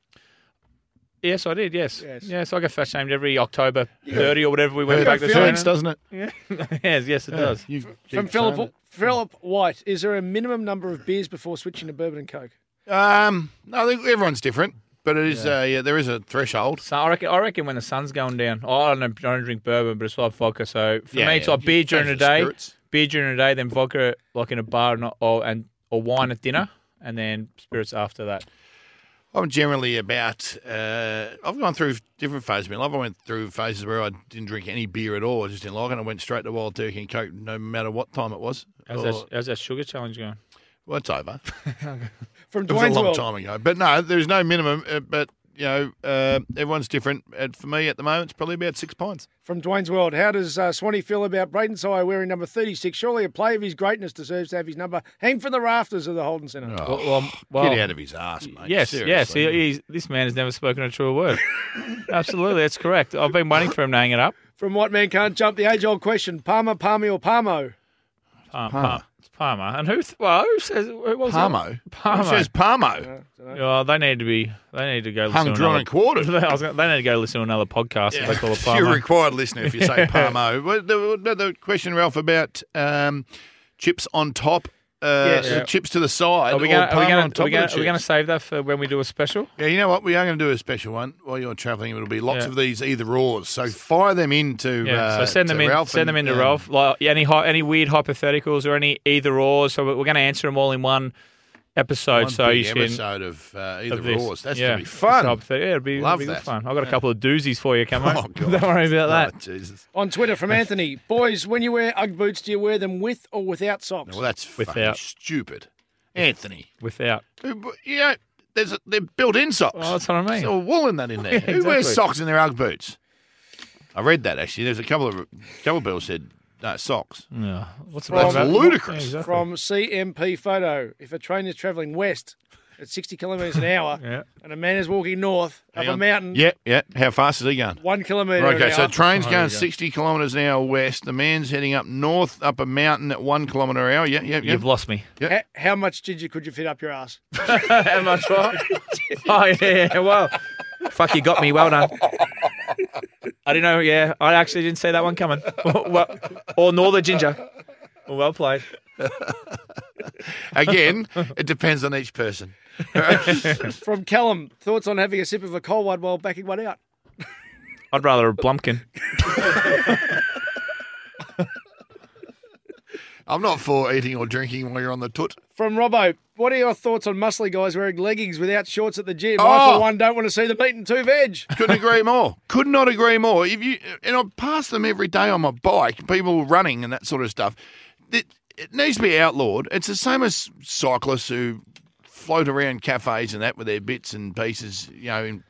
D: Yes, I did. Yes. Yes. so I got fat shamed every October 30 or whatever we went
B: Hurt-
D: back this
B: hurts,
D: winter.
B: doesn't it?
D: yes, yes, it
B: Yeah,
D: does.
B: you
F: from Philip Philip White, is there a minimum number of beers before switching to bourbon and coke?
B: Um, no, I think everyone's different, but it is. Yeah, uh, yeah there is a threshold.
D: So I reckon, I reckon when the sun's going down, oh, I don't, know, I don't drink bourbon, but it's like vodka. So for
B: Yeah,
D: me, it's
B: yeah.
D: like beer
B: Change
D: during the
B: the
D: day,
B: spirits.
D: beer during the day, then vodka like in a bar and, or and or wine at dinner, and then spirits after that.
B: I'm generally about. Uh, I've gone through different phases of my life. I went through phases where I didn't drink any beer at all. I just didn't like it. I went straight to wild turkey and coke, no matter what time it was.
D: How's,
B: Or-
D: that, how's that sugar challenge going?
B: Well, it's over.
F: From
B: it was a
F: Dwayne's
B: long
F: World.
B: time ago. But no, there's no minimum. Uh, but you know, uh, everyone's different. And for me, at the moment, it's probably about six pints.
F: From Dwayne's World, how does uh, Swanee feel about Braden Sire wearing number 36? Surely a play of his greatness deserves to have his number hang from the rafters of the Holden Centre.
D: Well, well, well-
B: Oh, Get out of his ass, mate.
D: Yes, yes.
B: Seriously.
D: He, he's, this man has never spoken a true word. Absolutely, that's correct. I've been waiting for him to hang it up.
F: From What Man Can't Jump, the age old question Palmer, Palmy, or Palmo?
D: Palm,
B: Palmer.
D: Palm. It's Palmer. And who? Th- well, who says who was that?
B: Palmo?
D: Palmo.
B: Who says Palmo? Yeah,
D: Yeah, they need to be. They need to go.
B: Hung,
D: listen to
B: drawn,
D: another-
B: and quartered.
D: I was gonna- they need to go listen to another podcast. If they call it Palmo.
B: You're a required listener if you say
D: Yeah.
B: Palmo. Well, The, the- the question, Ralph, about um, chips on top, uh,
D: Yes. Yeah.
B: chips to the side,
D: Are we
B: or
D: going? Are we
B: Palmer
D: going?
B: on top
D: Are we
B: of the
D: going to
B: chips?
D: save that for when we do a special?
B: Yeah, you know what? We are going to do a special one while you're travelling. It'll be lots
D: Yeah.
B: of these either ors. So fire them in to
D: Yeah,
B: uh,
D: so send them
B: to
D: in.
B: Ralph
D: send them
B: and,
D: in to
B: um,
D: Ralph. Like any hy- any weird hypotheticals or any either or. So we're going to answer them all in one episode.
B: One
D: so
B: big
D: you should
B: episode of, uh, either
D: this.
B: ors. That's
D: yeah.
B: gonna be fun.
D: It's hypothet- Yeah, it'd be,
B: Love
D: it'd be
B: that.
D: good fun. I've got a
B: Yeah.
D: couple of doozies for you, Camo.
B: Oh, God.
D: Don't worry about that.
B: Oh, Jesus.
F: On Twitter from Anthony, boys, when you wear UGG boots, do you wear them with or without socks?
B: Well, that's fucking
D: Without.
B: stupid. Anthony.
D: Without.
B: You know, there's a, they're built-in socks. Oh,
D: that's what I mean.
B: There's all wool in that in there.
D: Yeah,
B: Who wears
D: exactly.
B: socks in their UGG boots? I read that actually. There's a couple of couple of people said no socks.
D: Yeah. What's
F: From-
B: that's ludicrous.
F: From CMP photo, if a train is travelling west at 60 kilometres an hour
B: Yeah.
F: and a man is walking north
B: Hang
F: up a
B: on.
F: mountain,
B: Yeah, yeah. How fast is he going?
F: one kilometre
B: Right,
F: an
B: okay, so
F: hour-
B: train's
D: Oh,
B: going 60 kilometres an hour west. The man's heading up north up a mountain at one kilometre an hour. Yeah, yeah, yeah.
D: You've lost me.
B: Yeah.
F: How, how much ginger could you fit up your ass?
D: How much what? Oh yeah, yeah, well, fuck, you got me. Well done. I didn't know. Yeah, I actually didn't see that one coming. well, or nor the ginger. Well, well played.
B: Again, it depends on each person.
F: From Callum, thoughts on having a sip of a cold one while backing one out?
D: I'd rather a blumpkin.
B: I'm not for eating or drinking while you're on the toot.
F: From Robbo, what are your thoughts on muscly guys wearing leggings without shorts at the gym? I,
B: Oh.
F: for one, don't want to see them eating two veg.
B: Couldn't agree more. Could not agree more. If you and I pass them every day on my bike, people running and that sort of stuff. It, it needs to be outlawed. It's the same as cyclists who float around cafes and that with their bits and pieces. You know, in,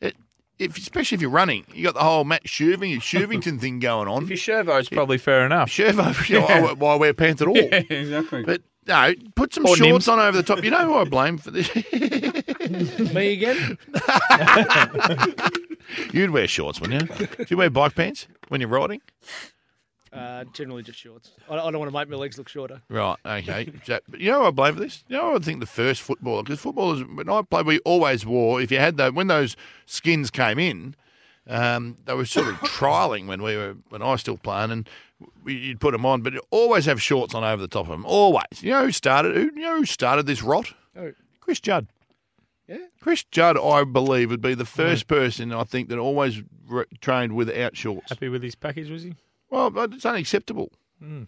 B: it, if especially if you're running, you got the whole Matt Sherving and Shervington thing going on. If
D: your Shervo's probably fair enough.
B: Shervo, you know, I- why wear pants at all?
D: exactly.
B: But no, put some
D: Or
B: shorts
D: Nims.
B: on over the top. You know who I blame for this?
F: Me again?
B: You'd wear shorts, wouldn't you? Do you wear bike pants when you're riding?
F: Uh, generally just shorts. I, I don't want to make my legs look shorter.
B: Right. Okay. So, but you know, what I blame for this. You know, what I think the first footballer because footballers when I played, we always wore. If you had that, when those skins came in, um, they were sort of trialing when we were when I was still playing, and we, you'd put them on, but you always have shorts on over the top of them. Always. You know who started? Who, you know who started this rot?
F: Who?
B: Chris Judd.
F: Yeah.
B: Chris Judd, I believe, would be the first person I think that always re- trained without shorts.
D: Happy with his package, was he?
B: Well, but it's unacceptable.
F: Hmm.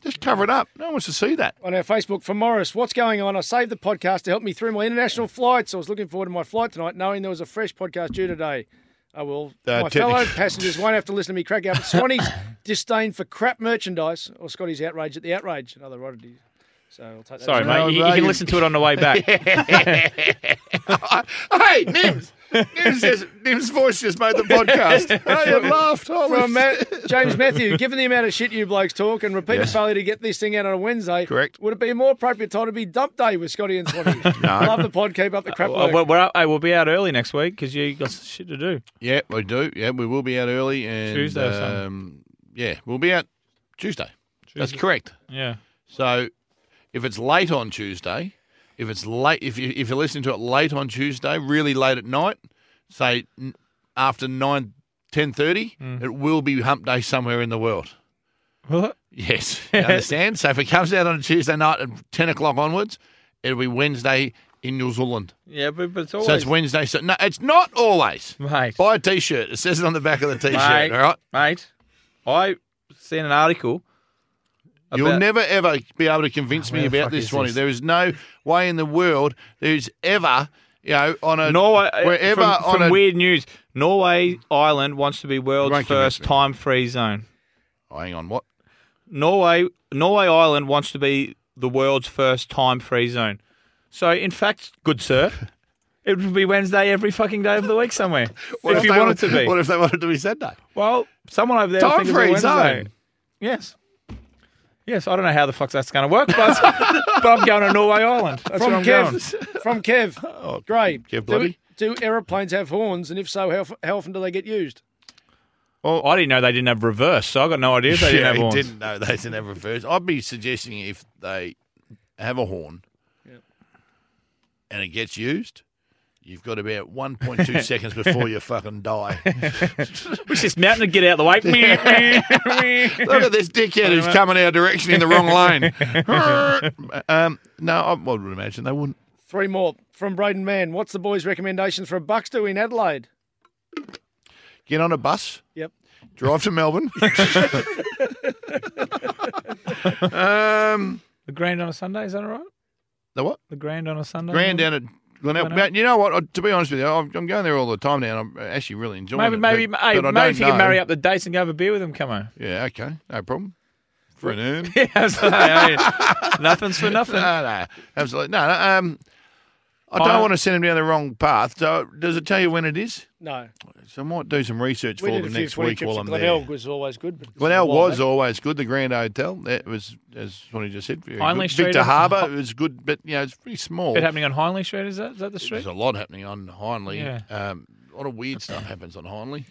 B: Just cover it up. No one wants to see that.
F: On our Facebook from Morris, what's going on? I saved the podcast to help me through my international flights. I was looking forward to my flight tonight, knowing there was a fresh podcast due today. I will.
B: Uh,
F: my
B: technic-
F: fellow passengers won't have to listen to me crack up. Swanee's disdain for crap merchandise, or Scotty's outrage at the outrage. Another oddity. So I'll take that.
D: Sorry,
F: as-
D: mate. You, you can listen to it on the way back.
B: hey, Nims! Nims, just, Nims' voice just made the podcast. I had laughed. Oh, I
F: From
B: was-
F: Ma- James Matthew, given the amount of shit you blokes talk and repeated failure to get this thing out on a Wednesday,
B: Correct.
F: Would it be a more appropriate time to be dump day with Scotty and Swanee? Love the pod. Keep up the crap.
D: Well,
F: work.
D: we're, we're out, hey, we'll be out early next week because you got some shit to do.
B: yeah, we do. Yeah, we will be out early. And,
D: Tuesday or something.
B: Um, yeah, we'll be out Tuesday. That's correct.
D: Yeah.
B: So if it's late on Tuesday, if it's late, if, you, if you're listening to it late on Tuesday, really late at night, say n- after 9, 10.30,
D: Mm.
B: it will be hump day somewhere in the world.
D: Will it?
B: Yes, you understand. so if it comes out on a Tuesday night at ten o'clock onwards, it'll be Wednesday in New Zealand.
D: Yeah, but, but it's
B: So it's Wednesday. So no, it's not always.
D: Mate.
B: Buy a T-shirt. It says it on the back of the T-shirt.
D: Mate.
B: All right.
D: Mate, I seen an article.
B: You'll
D: about-
B: never ever be able to convince me
D: Where the
B: about
D: fuck
B: this,
D: is
B: Swanee.
D: this?
B: There is no way in the world there's ever, you know, on a
D: Norway, uh,
B: wherever
D: from,
B: on
D: from
B: a.
D: weird news, Norway Island wants to be
B: You
D: world's
B: won't convince
D: first
B: me.
D: time-free zone.
B: Oh, hang on, what?
D: Norway, Norway Island wants to be the world's first time-free zone. So, in fact, good sir, it would be Wednesday every fucking day of the week somewhere
B: What
D: if you
B: they
D: wanted to be.
B: What if they wanted to be Saturday?
D: well, someone over there will think it'll be
B: Time-free
D: Wednesday.
B: zone.
D: Yes. Yes, I don't know how the fuck that's going to work, but, but I'm going to Norway Island. That's
F: from
D: where I'm going.
F: Kev. From Kev. Great.
B: Oh, Kev Bloody.
F: Do, do aeroplanes have horns? And if so, how, f- how often do they get used? I didn't know they didn't have reverse, so I got no idea if they didn't
B: Yeah,
F: have
B: he
F: horns.
B: didn't know they didn't have reverse. I'd be suggesting if they have a horn and it gets used, you've got about 1.2 seconds before you fucking die.
F: Push this mountain to get out of the way.
B: Look at this dickhead who's coming our direction in the wrong lane. um, no, I would imagine they wouldn't.
D: Three more from Braden Mann. What's the boys' recommendations for a bucks do in Adelaide?
B: Get on a bus.
D: Yep.
B: Drive to Melbourne. um,
F: the Grand on a Sunday, is that all right?
B: The what?
F: The Grand on a Sunday.
B: Grand down at Glenelg.
F: Glenelg.
B: But You know what? I- To be honest with you, I'm I'm going there all the time now, and I'm actually really enjoying
F: Maybe,
B: it.
F: maybe,
B: but,
F: hey,
B: but I
F: maybe
B: don't
F: if you can
B: know.
F: marry up the dates and go have a beer with them, come on.
B: Yeah, okay, no problem. For an urn.
F: yeah, absolutely. I mean, nothing's for nothing.
B: No, no, absolutely. No, no um, I
F: I-
B: don't want to send him down the wrong path. So, does it tell you when it is?
D: No.
B: So, I might do some research
D: we
B: for
D: did a
B: them
D: few
B: next
D: 20
B: week
D: trips
B: while
D: to
B: I'm
D: Glenelg
B: there.
D: was always good. but it's
B: Well, that
D: a while
B: was
D: back.
B: always good. The Grand Hotel. That was, as Sonny just said, very
F: Hindley
B: good.
F: Street
B: Victor
F: is-
B: Harbour. It was good, but you know, it's pretty small.
F: Bit happening on Hindley Street, is that? Is that the street?
B: There's a lot happening on Hindley.
F: Yeah.
B: Um, a lot of weird stuff happens on Hindley.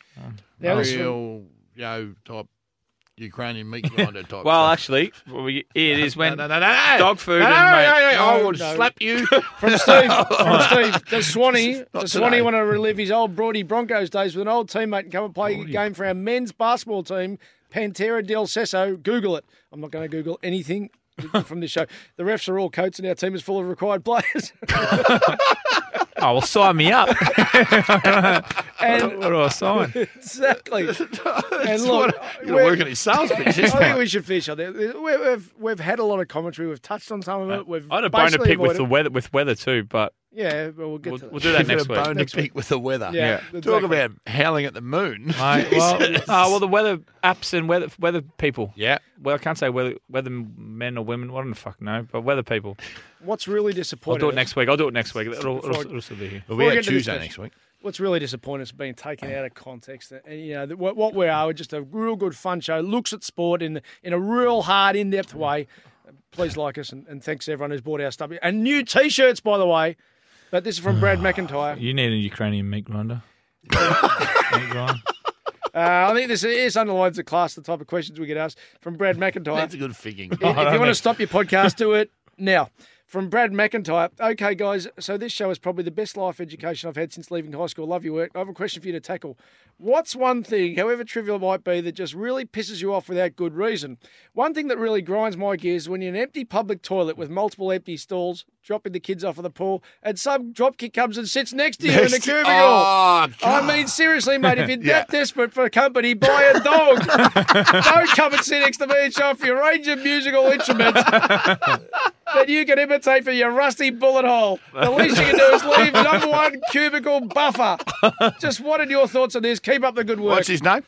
F: Now this
B: Real, you know, type Ukrainian meat grinder
F: Well,
B: type. stuff.
F: Oh, actually, well, we- it is when
B: no, no, no.
F: dog food
B: No,
F: and
B: no,
F: mate-
B: no, no, I will
D: No, no.
B: slap you.
D: From Steve, from Steve, does Swanee,
B: Not
D: does Swanee
B: today.
D: want to relive his old Broady Broncos days with an old teammate and come and play a game for our men's basketball team, Pantera del Cesso? Google it. I'm not going to Google anything from this show. The refs are all coats and our team is full of required players.
F: Oh, well, sign me up.
D: And-
F: what do I sign?
D: exactly. and
B: what-
D: look,
B: you're
D: we're-
B: working his sales pitch,
D: I
B: this
F: Oh,
D: think
B: one.
D: we should finish on that. We've, we've, we've had a lot of commentary. We've touched on some of it. We've
F: I had a bone to
D: basically
F: pick with the
D: avoided-
F: weather, with weather too, but
D: Yeah, well, we'll get
F: we'll,
D: to that.
F: we'll do that next
B: You've got a
F: week.
B: Bone
D: Next
B: to pick with the weather.
D: Yeah, Yeah.
B: Talk
D: exactly.
B: about howling at the moon.
F: Mate, well, uh, well, the weather apps and weather weather people.
B: Yeah.
F: Well, I can't say weather weather men or women. I don't fuck know, but weather people.
D: What's really
F: I'll
D: disappointing?
F: do it next week. I'll do it next week. It'll, it'll,
D: Before-
F: it'll still be here.
B: But
D: Before
B: we
D: we
B: had
D: get to this
B: Tuesday
D: question.
B: next week.
D: What's really disappointing is being taken out of context. And, you know, what, what we are, we're just a real good fun show, looks at sport in, in a real hard, in depth way. Please like us, and, and thanks to everyone who's bought our stuff. And new t shirts, by the way. But this is from Brad McIntyre.
F: Ah, You need a Ukrainian meat grinder. meat grinder.
D: Uh, I think this is underlines the class, the type of questions we get asked from Brad McIntyre.
B: That's a good figging.
D: if you want to stop your podcast, do it now. From Brad McIntyre. Okay, guys, so this show is probably the best life education I've had since leaving high school. Love your work. I have a question for you to tackle. What's one thing, however trivial it might be, that just really pisses you off without good reason? One thing that really grinds my gears is when you're in an empty public toilet with multiple empty stalls, dropping the kids off of the pool, and some dropkick comes and sits next to you in a
B: Next-
D: cubicle.
B: Oh,
D: I
B: God.
D: mean, seriously, mate, if you're
B: Yeah.
D: that desperate for a company, buy a dog. Don't come and sit next to me and show off your range of musical instruments that you can imitate for your rusty bullet hole. The least you can do is leave number one cubicle buffer. Just what are your thoughts on this? Keep up the good work.
B: What's his name?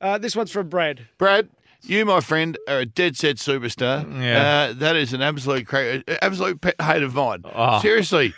D: Uh, this one's from Brad.
B: Brad, you, my friend, are a dead set superstar.
F: Yeah.
B: Uh, that is an absolute cra- uh, absolute pet hate of mine. Seriously.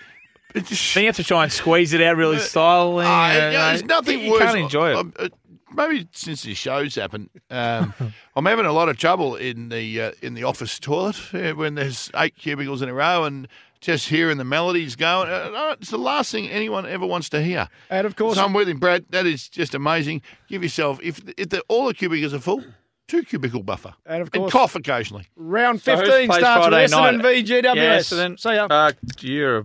F: Then you have Oh. to try and squeeze it out really slowly.
B: Ah,
F: you
B: you know,
F: know.
B: there's nothing
F: you
B: worse.
F: can't enjoy it.
B: Um, uh, maybe since this show's happened, um, I'm having a lot of trouble in the uh, in the office toilet uh, when there's eight cubicles in a row and just hearing the melodies going. Uh, no, it's the last thing anyone ever wants to hear.
D: And of course,
B: So I'm with him, Brad. That is just amazing. Give yourself if if the, all the cubicles are full, two cubicle buffer,
D: And of
B: and
D: course-
B: cough occasionally.
D: round
F: So who
D: 15
F: plays
D: starts
F: Friday
D: with Essendon
F: night?
D: v GWS.
F: Yeah, Essendon.
D: See ya.
F: Uh, you're a